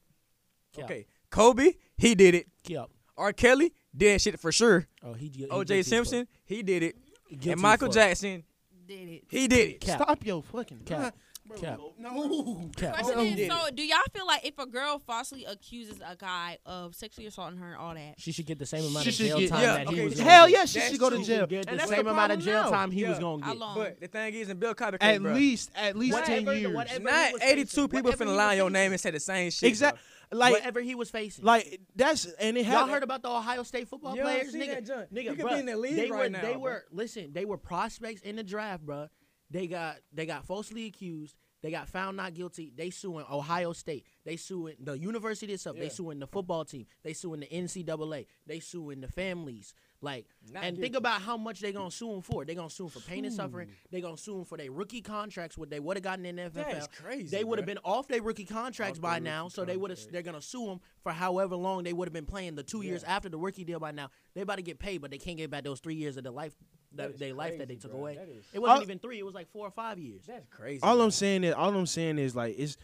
Speaker 4: Yeah.
Speaker 1: Okay. Kobe, he did it.
Speaker 4: Yep.
Speaker 1: R. Kelly did that shit for sure.
Speaker 4: Oh, he, he guilty
Speaker 1: OJ
Speaker 4: as fuck.
Speaker 1: Simpson, he did it.
Speaker 4: Guilty
Speaker 1: and
Speaker 4: as
Speaker 1: Michael
Speaker 4: fuck.
Speaker 1: Jackson,
Speaker 5: Did it.
Speaker 1: he did it.
Speaker 4: Cap.
Speaker 6: Stop your fucking
Speaker 4: Cap. Cap.
Speaker 6: No.
Speaker 4: Cap.
Speaker 5: Question is, so do y'all feel like if a girl falsely accuses a guy of sexually assaulting her and all that,
Speaker 4: She should get the same amount
Speaker 6: She
Speaker 4: of
Speaker 6: should
Speaker 4: jail
Speaker 6: get-
Speaker 4: time
Speaker 1: yeah,
Speaker 4: that he
Speaker 1: okay,
Speaker 4: was.
Speaker 1: hell
Speaker 4: on.
Speaker 1: yeah,
Speaker 6: she
Speaker 1: That's
Speaker 6: should go to
Speaker 1: true.
Speaker 6: jail.
Speaker 2: Get the
Speaker 6: And the
Speaker 2: same
Speaker 6: same amount of jail time he
Speaker 1: Yeah.
Speaker 6: was gonna
Speaker 5: how
Speaker 6: get.
Speaker 5: long?
Speaker 1: But the thing is, in Bill Cosby, case,
Speaker 2: At
Speaker 1: bro,
Speaker 2: least, at least ten
Speaker 6: Whatever the-
Speaker 2: years.
Speaker 6: whatever he
Speaker 1: not
Speaker 6: was
Speaker 1: 82
Speaker 6: facing,
Speaker 1: people
Speaker 6: whatever
Speaker 1: finna
Speaker 6: he
Speaker 1: lie on
Speaker 6: was
Speaker 1: your
Speaker 6: facing.
Speaker 1: name and say the same shit.
Speaker 2: Exactly.
Speaker 6: Like,
Speaker 2: Like,
Speaker 6: whatever he was facing.
Speaker 2: like that's and it
Speaker 6: Y'all
Speaker 2: happened.
Speaker 6: heard about the Ohio State football
Speaker 1: Y'all
Speaker 6: players,
Speaker 1: see
Speaker 6: nigga?
Speaker 1: that junk.
Speaker 6: Nigga,
Speaker 1: You could
Speaker 6: bruh,
Speaker 1: be in the league
Speaker 6: they
Speaker 1: right
Speaker 6: were,
Speaker 1: now,
Speaker 6: They
Speaker 1: bruh.
Speaker 6: were listen. They were prospects in the draft, bruh. They got they got falsely accused. They got found not guilty. They suing Ohio State. They suing the university itself.
Speaker 1: Yeah.
Speaker 6: They suing the football team. They suing the NCAA. They suing the families. Like,
Speaker 1: Not
Speaker 6: and think
Speaker 1: guilty.
Speaker 6: about how much they gonna sue them for. They gonna sue them for pain and suffering. They gonna sue them for their rookie contracts. What they would have gotten in the NFL.
Speaker 1: That's crazy.
Speaker 6: They would have
Speaker 1: bruh.
Speaker 6: been off their rookie contracts
Speaker 2: Off
Speaker 6: by
Speaker 2: their
Speaker 6: now,
Speaker 2: rookie
Speaker 6: so they would have.
Speaker 2: contracts.
Speaker 6: They're gonna sue them for however long they would have been playing. The two years
Speaker 1: Yeah.
Speaker 6: after the rookie deal by now, they about to get paid, but they can't get back those three years of their life,
Speaker 1: That
Speaker 6: that
Speaker 1: is
Speaker 6: their life that
Speaker 1: crazy,
Speaker 6: they took
Speaker 1: bruh.
Speaker 6: away.
Speaker 1: That is-
Speaker 6: It wasn't
Speaker 2: All-
Speaker 6: even three; it was like four or five years.
Speaker 1: That's crazy.
Speaker 6: Oh.
Speaker 2: all I'm
Speaker 1: bruh.
Speaker 2: saying is, all I'm saying is like it's,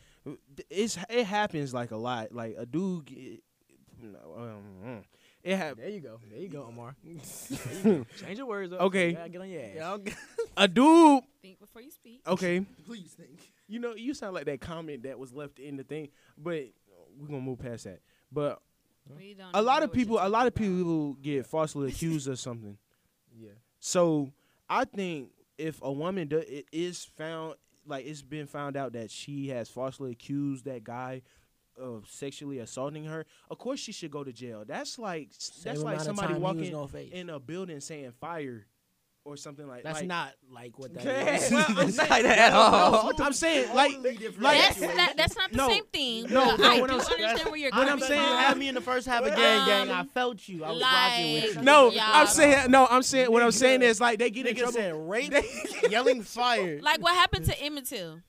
Speaker 2: it's it happens like a lot. Like a dude, get- no, um, mm. it hap-
Speaker 1: There you go. There you go, <laughs> Omar.
Speaker 2: go.
Speaker 1: Change your words up.
Speaker 2: Okay.
Speaker 1: Yeah, get on your ass.
Speaker 2: a dude.
Speaker 5: think before you speak?
Speaker 2: Okay,
Speaker 6: <laughs> Please think.
Speaker 2: you know you sound like that comment that was left in the thing, but we're gonna move past that. But
Speaker 5: We don't
Speaker 2: a
Speaker 5: even
Speaker 2: lot
Speaker 5: know
Speaker 2: of
Speaker 5: what you're
Speaker 2: people, a lot of
Speaker 5: talking about.
Speaker 2: people get falsely accused of something.
Speaker 1: Yeah.
Speaker 2: So I think if a woman do, it is found, like it's been found out that she has falsely accused that guy of sexually assaulting her, of course she should go to jail. That's like that's like somebody walking in a building saying fire or something like
Speaker 6: That's
Speaker 2: like- <laughs>
Speaker 6: not like what that is.
Speaker 1: well, I'm not like that at all.
Speaker 2: I'm saying like like
Speaker 5: That's not, that's not the
Speaker 2: No.
Speaker 5: same thing.
Speaker 2: No,
Speaker 5: but
Speaker 2: no,
Speaker 5: I
Speaker 2: what
Speaker 5: do
Speaker 2: I'm-
Speaker 5: understand where you're
Speaker 6: When
Speaker 5: coming
Speaker 6: I'm saying you
Speaker 5: from.
Speaker 6: had me in the first half of gang gang, I felt you. I was rocking with you.
Speaker 5: like-
Speaker 2: no,
Speaker 5: Yeah.
Speaker 2: I'm saying no, I'm saying what I'm saying is like they get in
Speaker 6: Nigga
Speaker 2: trouble.
Speaker 6: said rape, yelling fire.
Speaker 5: like what happened to Emmett Till?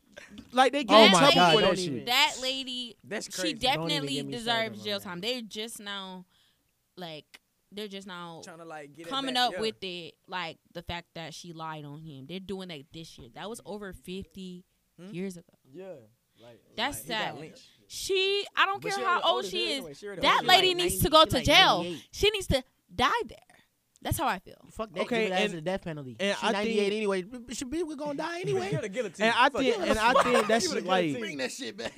Speaker 2: Like they get
Speaker 5: Oh
Speaker 2: in
Speaker 5: my
Speaker 2: trouble
Speaker 5: God,
Speaker 2: for
Speaker 6: don't
Speaker 2: that
Speaker 6: even-
Speaker 2: shit.
Speaker 5: That lady,
Speaker 1: <laughs> That's
Speaker 5: she
Speaker 1: crazy.
Speaker 5: definitely
Speaker 6: get me started
Speaker 5: deserves
Speaker 6: on
Speaker 5: jail
Speaker 6: that.
Speaker 5: time. They're just now, like, they're just now
Speaker 1: Trying to like get it
Speaker 5: coming
Speaker 1: back,
Speaker 5: up
Speaker 1: yeah.
Speaker 5: with it, like the fact that she lied on him. They're doing that this year. That was over 50
Speaker 1: Hmm?
Speaker 5: years ago.
Speaker 1: Yeah. Like,
Speaker 5: That's
Speaker 1: like, he got
Speaker 5: sad.
Speaker 1: lynched.
Speaker 5: She, I don't
Speaker 1: But
Speaker 5: care
Speaker 1: she
Speaker 5: how
Speaker 1: already
Speaker 5: old
Speaker 1: as
Speaker 5: she
Speaker 1: hell
Speaker 5: is.
Speaker 1: anyway. She already
Speaker 5: That
Speaker 1: old.
Speaker 5: lady
Speaker 6: like
Speaker 5: needs
Speaker 6: 90
Speaker 5: to go
Speaker 6: she
Speaker 5: to
Speaker 6: like
Speaker 5: jail.
Speaker 6: 98.
Speaker 5: She needs to die there. That's how I feel.
Speaker 6: Fuck that.
Speaker 2: Okay,
Speaker 6: Okay,
Speaker 2: and-
Speaker 6: and, the death penalty.
Speaker 2: and
Speaker 6: she
Speaker 2: I
Speaker 6: 98
Speaker 2: think-
Speaker 6: anyway. B- She be, we're gonna die
Speaker 1: He
Speaker 6: anyway.
Speaker 1: would've guillotine.
Speaker 2: <laughs> And I
Speaker 1: Fuck
Speaker 2: think
Speaker 1: it.
Speaker 2: and
Speaker 1: <laughs>
Speaker 2: I think
Speaker 1: He
Speaker 2: that's
Speaker 1: would've
Speaker 2: like
Speaker 1: guillotined.
Speaker 6: that shit
Speaker 1: <laughs>
Speaker 6: back.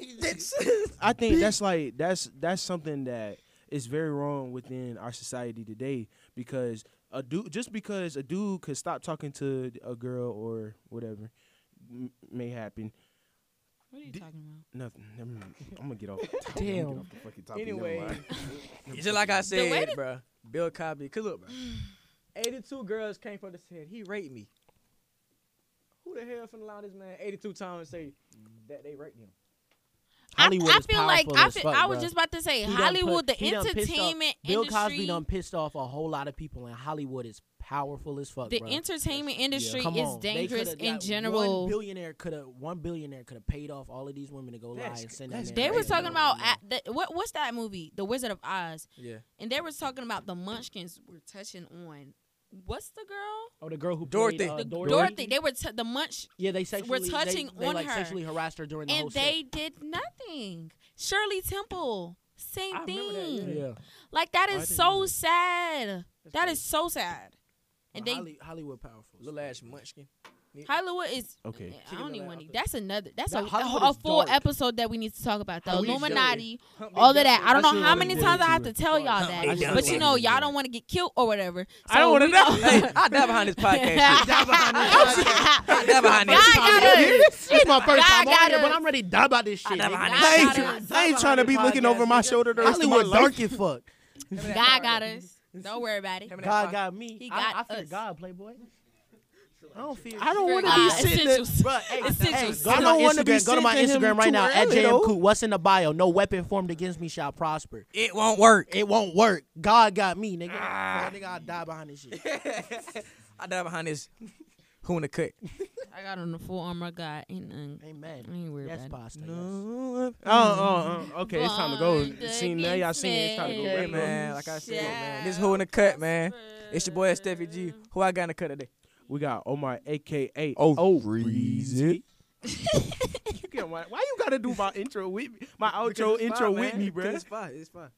Speaker 6: <laughs>
Speaker 2: I think that's like that's that's something that is very wrong within our society today because a dude just because a dude could stop talking to a girl or whatever m- may happen
Speaker 5: you
Speaker 2: Did-
Speaker 5: talking about?
Speaker 2: Nothing. Never mind. I'm gonna get off.
Speaker 4: Damn.
Speaker 2: I'm gonna get off the fucking topic. Never
Speaker 1: Anyway.
Speaker 2: mind.
Speaker 1: Just like I
Speaker 5: The way
Speaker 1: said, bro. Bill Cosby. Cause look, bro.
Speaker 5: <sighs>
Speaker 1: 82 girls came for the said he raped me. Who the hell finna allow this man 82 times and say that they raped him?
Speaker 6: Hollywood
Speaker 5: I, I
Speaker 6: is
Speaker 5: feel like
Speaker 6: powerful
Speaker 5: I,
Speaker 6: as
Speaker 5: feel,
Speaker 6: fuck,
Speaker 5: I was
Speaker 6: bruh.
Speaker 5: just about to say
Speaker 6: He done put-
Speaker 5: Hollywood, the
Speaker 6: he done pissed off-
Speaker 5: entertainment
Speaker 6: Bill
Speaker 5: industry.
Speaker 6: Cosby done pissed off a whole lot of people, and Hollywood is powerful as fuck.
Speaker 5: the
Speaker 6: bro.
Speaker 5: entertainment industry
Speaker 6: Come
Speaker 5: is
Speaker 6: on, they
Speaker 5: dangerous
Speaker 6: coulda
Speaker 5: in
Speaker 6: got
Speaker 5: general.
Speaker 6: One billionaire could have one billionaire could have paid off all of these women to go
Speaker 1: That's
Speaker 6: lie and
Speaker 1: cr-
Speaker 6: send that
Speaker 1: that's
Speaker 6: man
Speaker 5: They
Speaker 6: to
Speaker 5: were
Speaker 6: prison.
Speaker 5: talking about at the, what? What's that movie? The Wizard of Oz.
Speaker 1: Yeah.
Speaker 5: And they were talking about the Munchkins were touching on. What's the girl?
Speaker 4: Oh, the girl who
Speaker 1: Dorothy.
Speaker 4: played, uh,
Speaker 5: The
Speaker 4: Dorothy.
Speaker 5: Dorothy. They were t- the Munch,
Speaker 6: Yeah, they sexually they-
Speaker 5: touching
Speaker 6: they,
Speaker 5: on
Speaker 6: like,
Speaker 5: her.
Speaker 6: sexually harassed her during the whole
Speaker 5: and
Speaker 6: set.
Speaker 5: they did nothing. Shirley Temple, same
Speaker 1: I remember that, Oh,
Speaker 5: thing.
Speaker 4: Yeah.
Speaker 5: Like that
Speaker 1: I
Speaker 5: is
Speaker 1: didn't know
Speaker 5: so
Speaker 1: that.
Speaker 5: sad.
Speaker 1: That's
Speaker 5: That
Speaker 1: crazy.
Speaker 5: is so sad. And
Speaker 6: Well,
Speaker 5: they
Speaker 6: Holly- Hollywood powerful.
Speaker 1: Little ass munchkin.
Speaker 5: Hollywood is eh,
Speaker 2: Okay.
Speaker 5: I
Speaker 1: Chicken
Speaker 5: don't even
Speaker 1: Little
Speaker 5: want to.
Speaker 1: Alpha.
Speaker 5: That's another. That's a,
Speaker 6: That Hollywood
Speaker 5: a
Speaker 6: is
Speaker 5: full
Speaker 6: dark.
Speaker 5: episode that we need to talk about. The
Speaker 1: Holy
Speaker 5: Illuminati,
Speaker 1: Humpty
Speaker 5: all of that.
Speaker 1: Dumpty.
Speaker 5: I
Speaker 2: That
Speaker 5: don't know
Speaker 2: shit
Speaker 5: how
Speaker 2: was
Speaker 5: many
Speaker 2: really
Speaker 5: times I have to
Speaker 2: good.
Speaker 5: tell y'all that,
Speaker 1: Humpty
Speaker 5: but you
Speaker 1: Dumpty.
Speaker 5: know y'all don't want to get killed or whatever.
Speaker 1: I don't
Speaker 5: want to
Speaker 1: know.
Speaker 5: <laughs>
Speaker 1: hey, I die behind this podcast. shit. I die behind this. shit.
Speaker 6: This is my first
Speaker 5: God
Speaker 6: time on
Speaker 5: got
Speaker 6: here, but
Speaker 5: us.
Speaker 6: I'm ready to die about this shit.
Speaker 1: never
Speaker 6: nigga.
Speaker 1: mind.
Speaker 2: I
Speaker 5: God
Speaker 2: ain't,
Speaker 5: got us.
Speaker 2: tr- I ain't trying to be looking over my shoulder. The rest of my
Speaker 6: Hollywood
Speaker 2: life.
Speaker 6: dark as fuck.
Speaker 5: God got us. Don't worry about it.
Speaker 6: God got me.
Speaker 5: He
Speaker 6: I,
Speaker 5: got
Speaker 6: I fear
Speaker 5: us.
Speaker 6: God, Playboy. I don't fear.
Speaker 2: I don't
Speaker 5: Fear
Speaker 2: want to be
Speaker 5: God.
Speaker 2: sitting. There.
Speaker 5: Essentials.
Speaker 6: Bruh, hey, hey,
Speaker 5: Essentials.
Speaker 6: go
Speaker 2: I
Speaker 6: to
Speaker 2: don't
Speaker 6: my
Speaker 2: wanna be
Speaker 6: Instagram. Go to my
Speaker 2: sent to him
Speaker 6: Instagram right
Speaker 2: too
Speaker 6: now at
Speaker 2: early, though.
Speaker 6: JM Coop. What's in the bio? No weapon formed against me shall prosper.
Speaker 1: It won't work.
Speaker 6: It won't work. God got me, nigga. Fuck, nigga, I'll die behind this shit.
Speaker 1: I die behind this. Who in the
Speaker 5: <laughs>
Speaker 1: cut?
Speaker 5: I got on the full armor of God. Ain't nothing.
Speaker 2: <laughs>
Speaker 5: I
Speaker 6: Amen.
Speaker 5: ain't worried
Speaker 6: That's
Speaker 5: about
Speaker 6: pasta. yes.
Speaker 1: No.
Speaker 2: Oh, oh, oh, okay.
Speaker 5: it.
Speaker 2: It's time to go.
Speaker 5: Born
Speaker 2: See now y'all seen it. It's time to go.
Speaker 5: again,
Speaker 1: Hey,
Speaker 2: Right now.
Speaker 1: man, like I said, man, this
Speaker 5: shall
Speaker 1: Who in the Cut, man.
Speaker 5: prosper.
Speaker 1: It's your boy Steffi G. Who I got in the cut today?
Speaker 2: We got Omar, aka
Speaker 7: Oh,
Speaker 1: <laughs>
Speaker 2: Oh
Speaker 7: Reezy.
Speaker 2: You can't- Why why you gotta do my intro with me? My
Speaker 1: Because
Speaker 2: outro
Speaker 1: it's
Speaker 2: intro
Speaker 1: fine,
Speaker 2: with
Speaker 1: man.
Speaker 2: me,
Speaker 1: Because
Speaker 2: bro.
Speaker 1: It's fine. It's fine.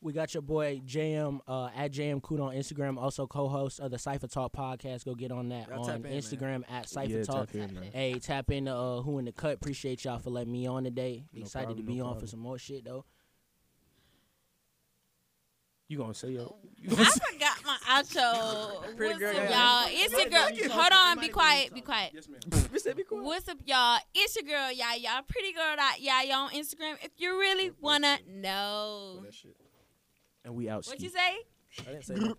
Speaker 4: We got your boy JM uh, at JM Coot on Instagram, also co-host of the Cipher Talk podcast. Go get on that
Speaker 1: Y'all
Speaker 4: on
Speaker 1: tap in, man.
Speaker 4: Instagram at Cipher
Speaker 2: Yeah,
Speaker 4: Talk.
Speaker 2: tap in, man.
Speaker 4: Hey, tap in to, uh, who in the cut. Appreciate y'all for letting me on today.
Speaker 2: No
Speaker 4: Excited
Speaker 2: problem,
Speaker 4: to be
Speaker 2: no
Speaker 4: on for
Speaker 2: problem.
Speaker 4: some more shit though.
Speaker 2: You gonna say yo?
Speaker 5: I forgot my
Speaker 1: <laughs>
Speaker 5: outro.
Speaker 1: Pretty
Speaker 5: What's
Speaker 1: girl,
Speaker 5: up,
Speaker 1: yeah.
Speaker 5: y'all? It's your girl. Hold on. Be quiet. Be quiet.
Speaker 2: Yes, ma'am.
Speaker 1: We said be quiet.
Speaker 5: What's up, y'all? It's your girl, y'all, y'all. Pretty girl, dot y'all, y'all on Instagram. If you really wanna know,
Speaker 2: And we out.
Speaker 5: what
Speaker 2: Ski.
Speaker 5: you say?
Speaker 1: I didn't say that.